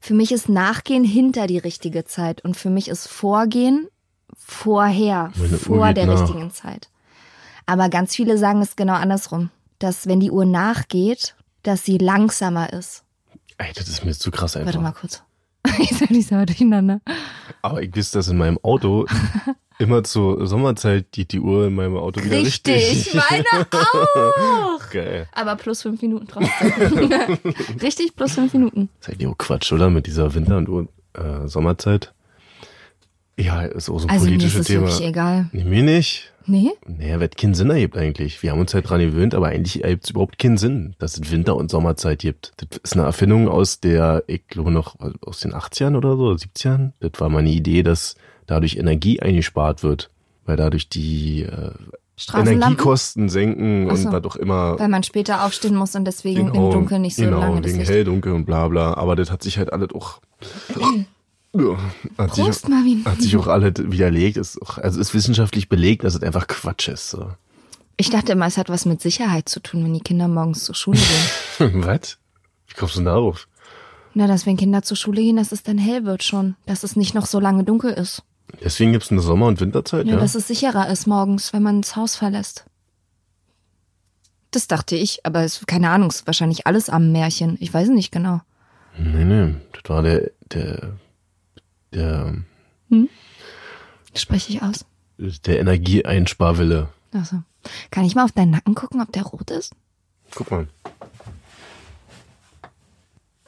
S5: Für mich ist Nachgehen hinter die richtige Zeit und für mich ist Vorgehen vorher,
S4: Meine Uhr
S5: vor
S4: geht
S5: der
S4: nach.
S5: richtigen Zeit. Aber ganz viele sagen es genau andersrum, dass wenn die Uhr nachgeht, dass sie langsamer ist.
S4: Ey, das ist mir zu krass
S5: Warte mal
S4: einfach.
S5: kurz. Ich sag die Sache durcheinander.
S4: Aber ich wüsste, dass in meinem Auto immer zur Sommerzeit geht die Uhr in meinem Auto wieder richtig.
S5: Richtig, meine auch.
S4: Geil.
S5: Aber plus fünf Minuten trotzdem. Richtig, plus fünf Minuten.
S4: Das ist eigentlich auch Quatsch, oder? Mit dieser Winter- und Uhr- äh, Sommerzeit. Ja, ist auch so ein
S5: Also mir ist
S4: politisches
S5: es
S4: Thema.
S5: wirklich egal.
S4: Nee, mir nicht.
S5: Nee?
S4: Naja, wird keinen Sinn ergibt eigentlich. Wir haben uns halt dran gewöhnt, aber eigentlich ergibt es überhaupt keinen Sinn, dass es Winter- und Sommerzeit gibt. Das ist eine Erfindung aus der, ich glaube noch, aus den 80ern oder so, 70ern. Das war mal eine Idee, dass dadurch Energie eingespart wird, weil dadurch die äh,
S5: Straßenlampen,
S4: Energiekosten senken
S5: Ach so.
S4: und was auch immer.
S5: weil man später aufstehen muss und deswegen im Dunkeln nicht so
S4: genau,
S5: lange das
S4: wegen
S5: Licht.
S4: hell, dunkel und bla bla. Aber das hat sich halt alles auch... Ja, hat sich
S5: Prost, Marvin.
S4: hat sich auch alle widerlegt. Ist auch, also ist wissenschaftlich belegt, dass es einfach Quatsch ist. So.
S5: Ich dachte immer, es hat was mit Sicherheit zu tun, wenn die Kinder morgens zur Schule gehen.
S4: Was? Wie kommst du denn darauf?
S5: Na, dass wenn Kinder zur Schule gehen, dass es dann hell wird schon. Dass es nicht noch so lange dunkel ist.
S4: Deswegen gibt's eine Sommer- und Winterzeit,
S5: Ja,
S4: ja?
S5: dass es sicherer ist morgens, wenn man das Haus verlässt. Das dachte ich, aber es, keine Ahnung, es ist wahrscheinlich alles am Märchen. Ich weiß nicht genau.
S4: Nee, nee. Das war der, der, der,
S5: Spreche ich aus.
S4: der Energieeinsparwille.
S5: Also, kann ich mal auf deinen Nacken gucken, ob der rot ist?
S4: Guck mal.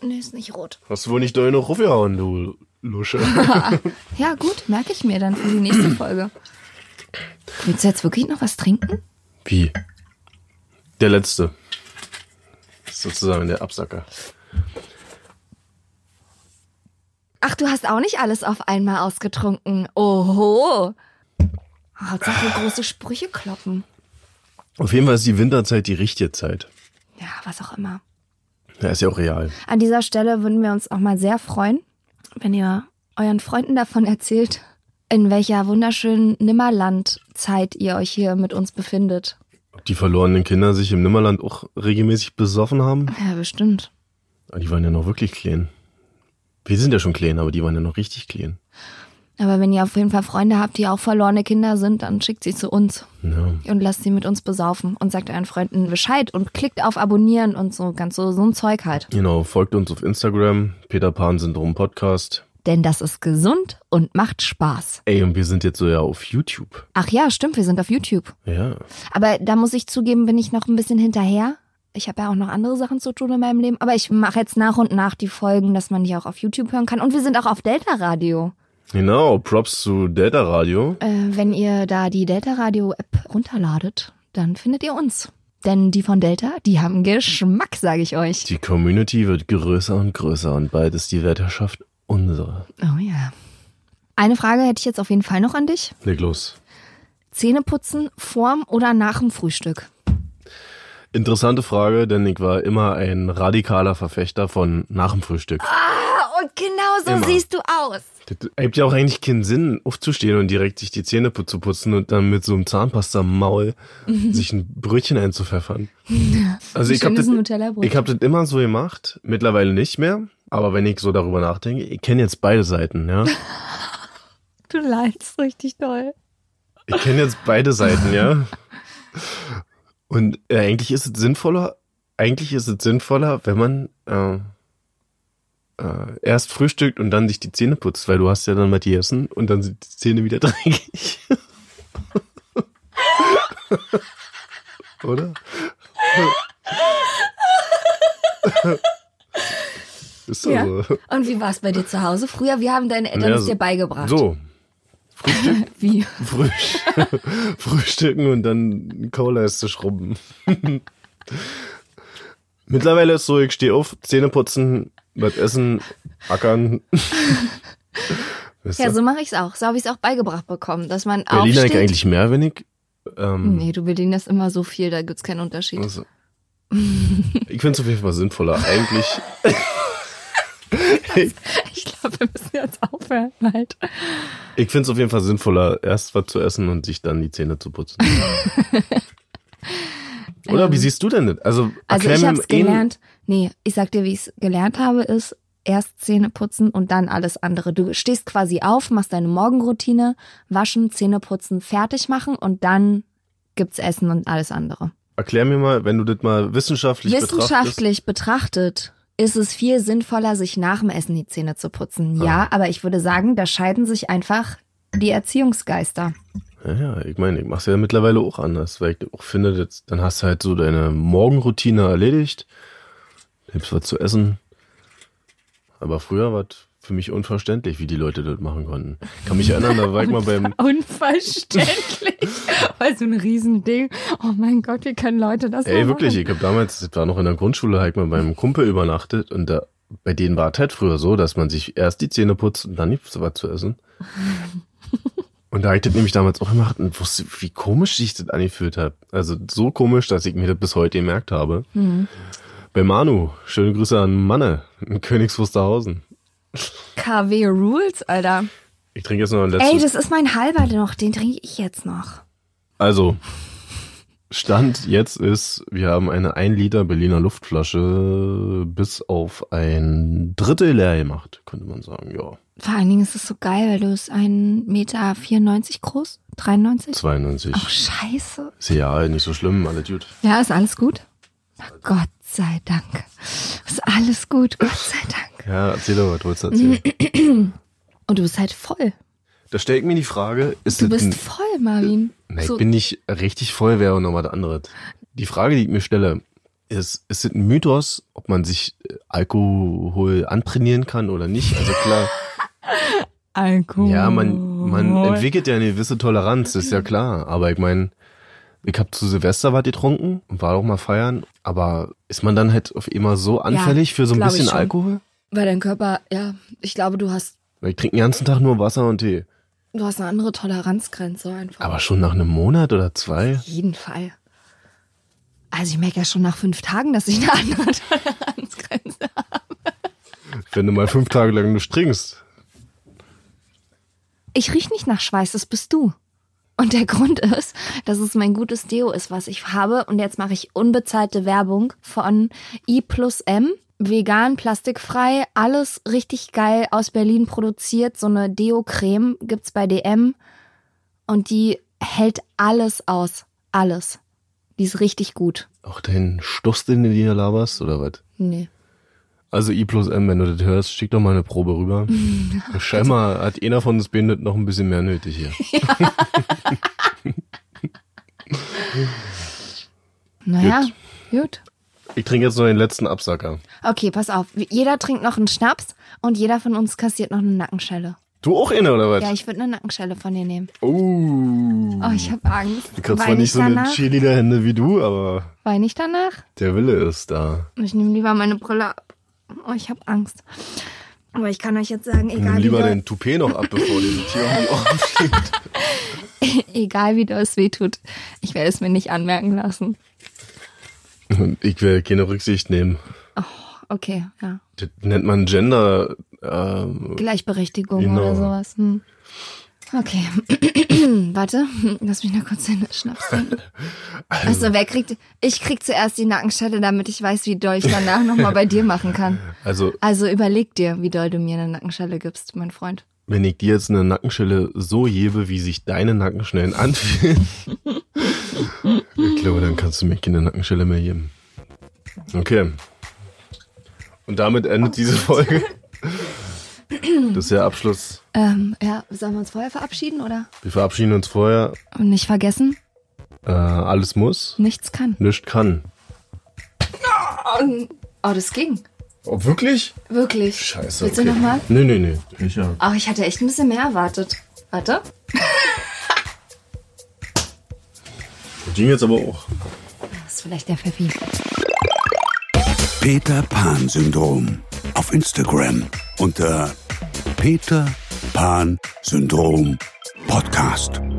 S5: Nee, ist nicht rot.
S4: Hast du wohl nicht doll genug raufgehauen, du Lusche.
S5: Ja, gut, merke ich mir dann für die nächste Folge. Willst du jetzt wirklich noch was trinken?
S4: Wie? Der letzte. Ist sozusagen der Absacker.
S5: Ach, du hast auch nicht alles auf einmal ausgetrunken. Oho. Hauptsache große Sprüche kloppen.
S4: Auf jeden Fall ist die Winterzeit die richtige Zeit.
S5: Ja, was auch immer.
S4: Ja, ist ja auch real.
S5: An dieser Stelle würden wir uns auch mal sehr freuen, wenn ihr euren Freunden davon erzählt, in welcher wunderschönen Nimmerland-Zeit ihr euch hier mit uns befindet.
S4: Ob die verlorenen Kinder sich im Nimmerland auch regelmäßig besoffen haben?
S5: Ja, bestimmt.
S4: Ah, Die waren ja noch wirklich klein. Wir sind ja schon klein, aber die waren ja noch richtig klein.
S5: Aber wenn ihr auf jeden Fall Freunde habt, die auch verlorene Kinder sind, dann schickt sie zu uns
S4: Ja.
S5: und lasst sie mit uns besaufen und sagt euren Freunden Bescheid und klickt auf Abonnieren und so ganz so, so ein Zeug halt.
S4: Genau, folgt uns auf Instagram, Peter Pan Syndrom Podcast.
S5: Denn das ist gesund und macht Spaß.
S4: Ey, und wir sind jetzt so ja auf YouTube.
S5: Ach ja, stimmt, wir sind auf YouTube.
S4: Ja.
S5: Aber da muss ich zugeben, bin ich noch ein bisschen hinterher. Ich habe ja auch noch andere Sachen zu tun in meinem Leben. Aber ich mache jetzt nach und nach die Folgen, dass man die auch auf YouTube hören kann. Und wir sind auch auf Delta Radio.
S4: Genau, Props zu Delta Radio.
S5: Äh, wenn ihr da die Delta Radio App runterladet, dann findet ihr uns. Denn die von Delta, die haben Geschmack, sage ich euch.
S4: Die Community wird größer und größer und bald ist die Wetterschaft unsere.
S5: Oh ja. Eine Frage hätte ich jetzt auf jeden Fall noch an dich.
S4: Leg los.
S5: Zähne putzen vorm oder nach dem Frühstück?
S4: Interessante Frage, denn ich war immer ein radikaler Verfechter von nach dem Frühstück.
S5: Und genau so
S4: Immer.
S5: siehst du aus.
S4: Das ergibt ja auch eigentlich keinen Sinn, aufzustehen und direkt sich die Zähne put- zu putzen und dann mit so einem Zahnpasta im Maul sich ein Brötchen einzupfeffern. Also ich habe
S5: Schönes
S4: das,
S5: Nutella-Brot.
S4: ich hab das immer so gemacht, mittlerweile nicht mehr, aber wenn ich so darüber nachdenke, ich kenne jetzt beide Seiten, ja.
S5: Du leidest richtig doll.
S4: Ich kenne jetzt beide Seiten, ja. Und äh, eigentlich ist es sinnvoller, eigentlich ist es sinnvoller, wenn man äh, äh, erst frühstückt und dann sich die Zähne putzt, weil du hast ja dann mal die Essen und dann sind die Zähne wieder dreckig. Oder? ist doch
S5: Ja.
S4: so.
S5: Und wie war es bei dir zu Hause? Früher, wir haben deine Eltern
S4: Ja,
S5: es
S4: so-
S5: dir beigebracht.
S4: So,
S5: Wie?
S4: Frühst Frühstücken und dann Cola ist zu schrubben. Mittlerweile ist so, ich stehe auf, Zähne putzen, was essen, ackern. Weißt
S5: Ja,
S4: du?
S5: so mache ich es auch. So habe ich es auch beigebracht bekommen, dass man
S4: Berliner ich
S5: aufsteht.
S4: eigentlich mehr, wenn ich. Ähm,
S5: Nee, du Berliners immer so viel, da gibt's keinen Unterschied.
S4: also, ich finde es auf jeden Fall sinnvoller. Eigentlich,
S5: Ich glaube, wir müssen jetzt aufhören halt.
S4: ich finde es auf jeden Fall sinnvoller, erst was zu essen und sich dann die Zähne zu putzen. Oder wie siehst du denn das? Also,
S5: Ähm, Also
S4: erklär
S5: ich
S4: mir
S5: habe es
S4: einen-
S5: gelernt. Nee, ich sag dir, wie ich es gelernt habe, ist erst Zähne putzen und dann alles andere. Du stehst quasi auf, machst deine Morgenroutine, waschen, Zähne putzen, fertig machen und dann gibt's Essen und alles andere.
S4: Erklär mir mal, wenn du das mal wissenschaftlich,
S5: Wissenschaftlich betrachtet ist es viel sinnvoller, sich nach dem Essen die Zähne zu putzen. Ja, aber ich würde sagen, da scheiden sich einfach die Erziehungsgeister.
S4: betrachtest. Ja, ja, ich meine, ich mach's ja mittlerweile auch anders, weil ich auch finde, das, dann hast du halt so deine Morgenroutine erledigt, nimmst was zu essen. Aber früher war das für mich unverständlich, wie die Leute das machen konnten. Kann mich erinnern, da war ich mal beim,
S5: Unverständlich. Weil so ein Riesending. Oh mein Gott, wie können Leute das
S4: ey, wirklich, ich habe damals, das war noch in der Grundschule, hab ich mal bei meinem Kumpel übernachtet und da, bei denen war es halt früher so, dass man sich erst die Zähne putzt und dann gibt's was zu essen. Und da hab ich das nämlich damals auch gemacht und wusste, wie komisch sich das angefühlt hat. Also so komisch, dass ich mir das bis heute gemerkt habe.
S5: Mhm.
S4: Bei Manu, schöne Grüße an Manne in Königs Wusterhausen.
S5: KW Rules, Alter.
S4: Ich trinke jetzt noch ein
S5: Ey,
S4: letztes.
S5: das ist mein halber noch. Den trinke ich jetzt noch.
S4: also, Stand jetzt ist, wir haben eine 1 Liter Berliner Luftflasche bis auf ein Drittel leer gemacht, könnte man sagen. Ja,
S5: Vor allen Dingen ist es so geil, weil du bist 1,94 Meter groß. 93?
S4: 92.
S5: Oh, scheiße.
S4: Ist ja nicht so schlimm, alles gut.
S5: Ja, ist alles gut? Na, Gott sei Dank. Ist alles gut, Gott sei Dank.
S4: Ja, erzähl doch, was du wolltest erzählen.
S5: Und du bist halt voll.
S4: Da stelle ich mir die Frage, ist
S5: Du
S4: das ein-
S5: bist voll, Marvin.
S4: Na, ich
S5: So-
S4: bin nicht richtig voll, wäre nochmal das andere. Die Frage, die ich mir stelle, ist, ist es ein Mythos, ob man sich äh, Alkohol antrainieren kann oder nicht? Also klar,
S5: Alkohol.
S4: ja, man, man entwickelt ja eine gewisse Toleranz, ist ja klar. Aber ich meine, ich habe zu Silvester was getrunken und war auch mal feiern. Aber ist man dann halt auf immer so anfällig für so ein
S5: glaub ich
S4: bisschen
S5: schon.
S4: Alkohol?
S5: Weil dein Körper, ja, ich glaube, du hast,
S4: Weil ich trinke den ganzen Tag nur Wasser und Tee.
S5: du hast eine andere Toleranzgrenze einfach.
S4: Aber schon nach einem Monat oder zwei?
S5: Auf jeden Fall. Also ich merke ja schon nach fünf Tagen, dass ich eine andere Toleranzgrenze habe.
S4: Wenn du mal fünf Tage lang nichts trinkst.
S5: Ich riech nicht nach Schweiß, das bist du. Und der Grund ist, dass es mein gutes Deo ist, was ich habe. Und jetzt mache ich unbezahlte Werbung von I plus M. vegan, plastikfrei, alles richtig geil aus Berlin produziert. So eine Deo-Creme gibt's bei DM und die hält alles aus. Alles. Die ist richtig gut.
S4: Auch dein Stuss, den du dir laberst, oder was?
S5: Nee.
S4: Also I plus M, wenn du das hörst, schick doch mal eine Probe rüber. Scheinbar hat einer von uns Bindet noch ein bisschen mehr nötig hier.
S5: Naja, gut.
S4: Ich trinke jetzt noch den letzten Absacker.
S5: Okay, pass auf. Jeder trinkt noch einen Schnaps und jeder von uns kassiert noch eine Nackenschelle.
S4: Du auch eine, oder was?
S5: Ja, ich würde eine Nackenschelle von dir nehmen.
S4: Oh.
S5: Oh, ich habe Angst.
S4: Du kriegst
S5: Wein
S4: zwar nicht
S5: ich
S4: so eine
S5: danach?
S4: Cheerleader-Hände wie du, aber
S5: Wein ich danach?
S4: der Wille ist da.
S5: Ich nehme lieber meine Brille ab. Oh, ich habe Angst. Aber ich kann euch jetzt sagen, e-
S4: Nimm
S5: egal wie,
S4: lieber
S5: doll-
S4: den Toupet noch ab, bevor dir das Tier um die Ohren fliegt.
S5: egal wie doll es weh tut, ich werde es mir nicht anmerken lassen.
S4: Und ich werde keine Rücksicht nehmen.
S5: Okay, ja.
S4: Das nennt man Gender. Ähm,
S5: Gleichberechtigung
S4: Genau.
S5: oder sowas. Hm. Okay, warte, lass mich noch kurz den Schnaps trinken. Also, wer kriegt, ich krieg zuerst die Nackenschelle, damit ich weiß, wie doll ich danach nochmal bei dir machen kann.
S4: also,
S5: Also überleg dir, wie doll du mir eine Nackenschelle gibst, mein Freund.
S4: wenn ich dir jetzt eine Nackenschelle so gebe, wie sich deine Nackenschellen anfühlen, ich glaube, dann kannst du mir keine Nackenschelle mehr geben. Okay. Und damit endet diese Folge. Das ist der Abschluss.
S5: Ähm, ja, sollen wir uns vorher verabschieden oder?
S4: Wir verabschieden uns vorher.
S5: Und nicht vergessen,
S4: Äh, alles muss,
S5: nichts kann.
S4: nichts kann.
S5: Oh, das ging.
S4: Oh, wirklich?
S5: Wirklich.
S4: Scheiße.
S5: Willst
S4: okay.
S5: du nochmal?
S4: Nee, nee, nee. Ich ja.
S5: Ach, ich hatte echt ein bisschen mehr erwartet. Warte.
S4: Das ging jetzt aber auch.
S5: Das ist vielleicht der Pfeffi.
S3: Peter Pan Syndrom auf Instagram unter Peter Pan Syndrom Podcast.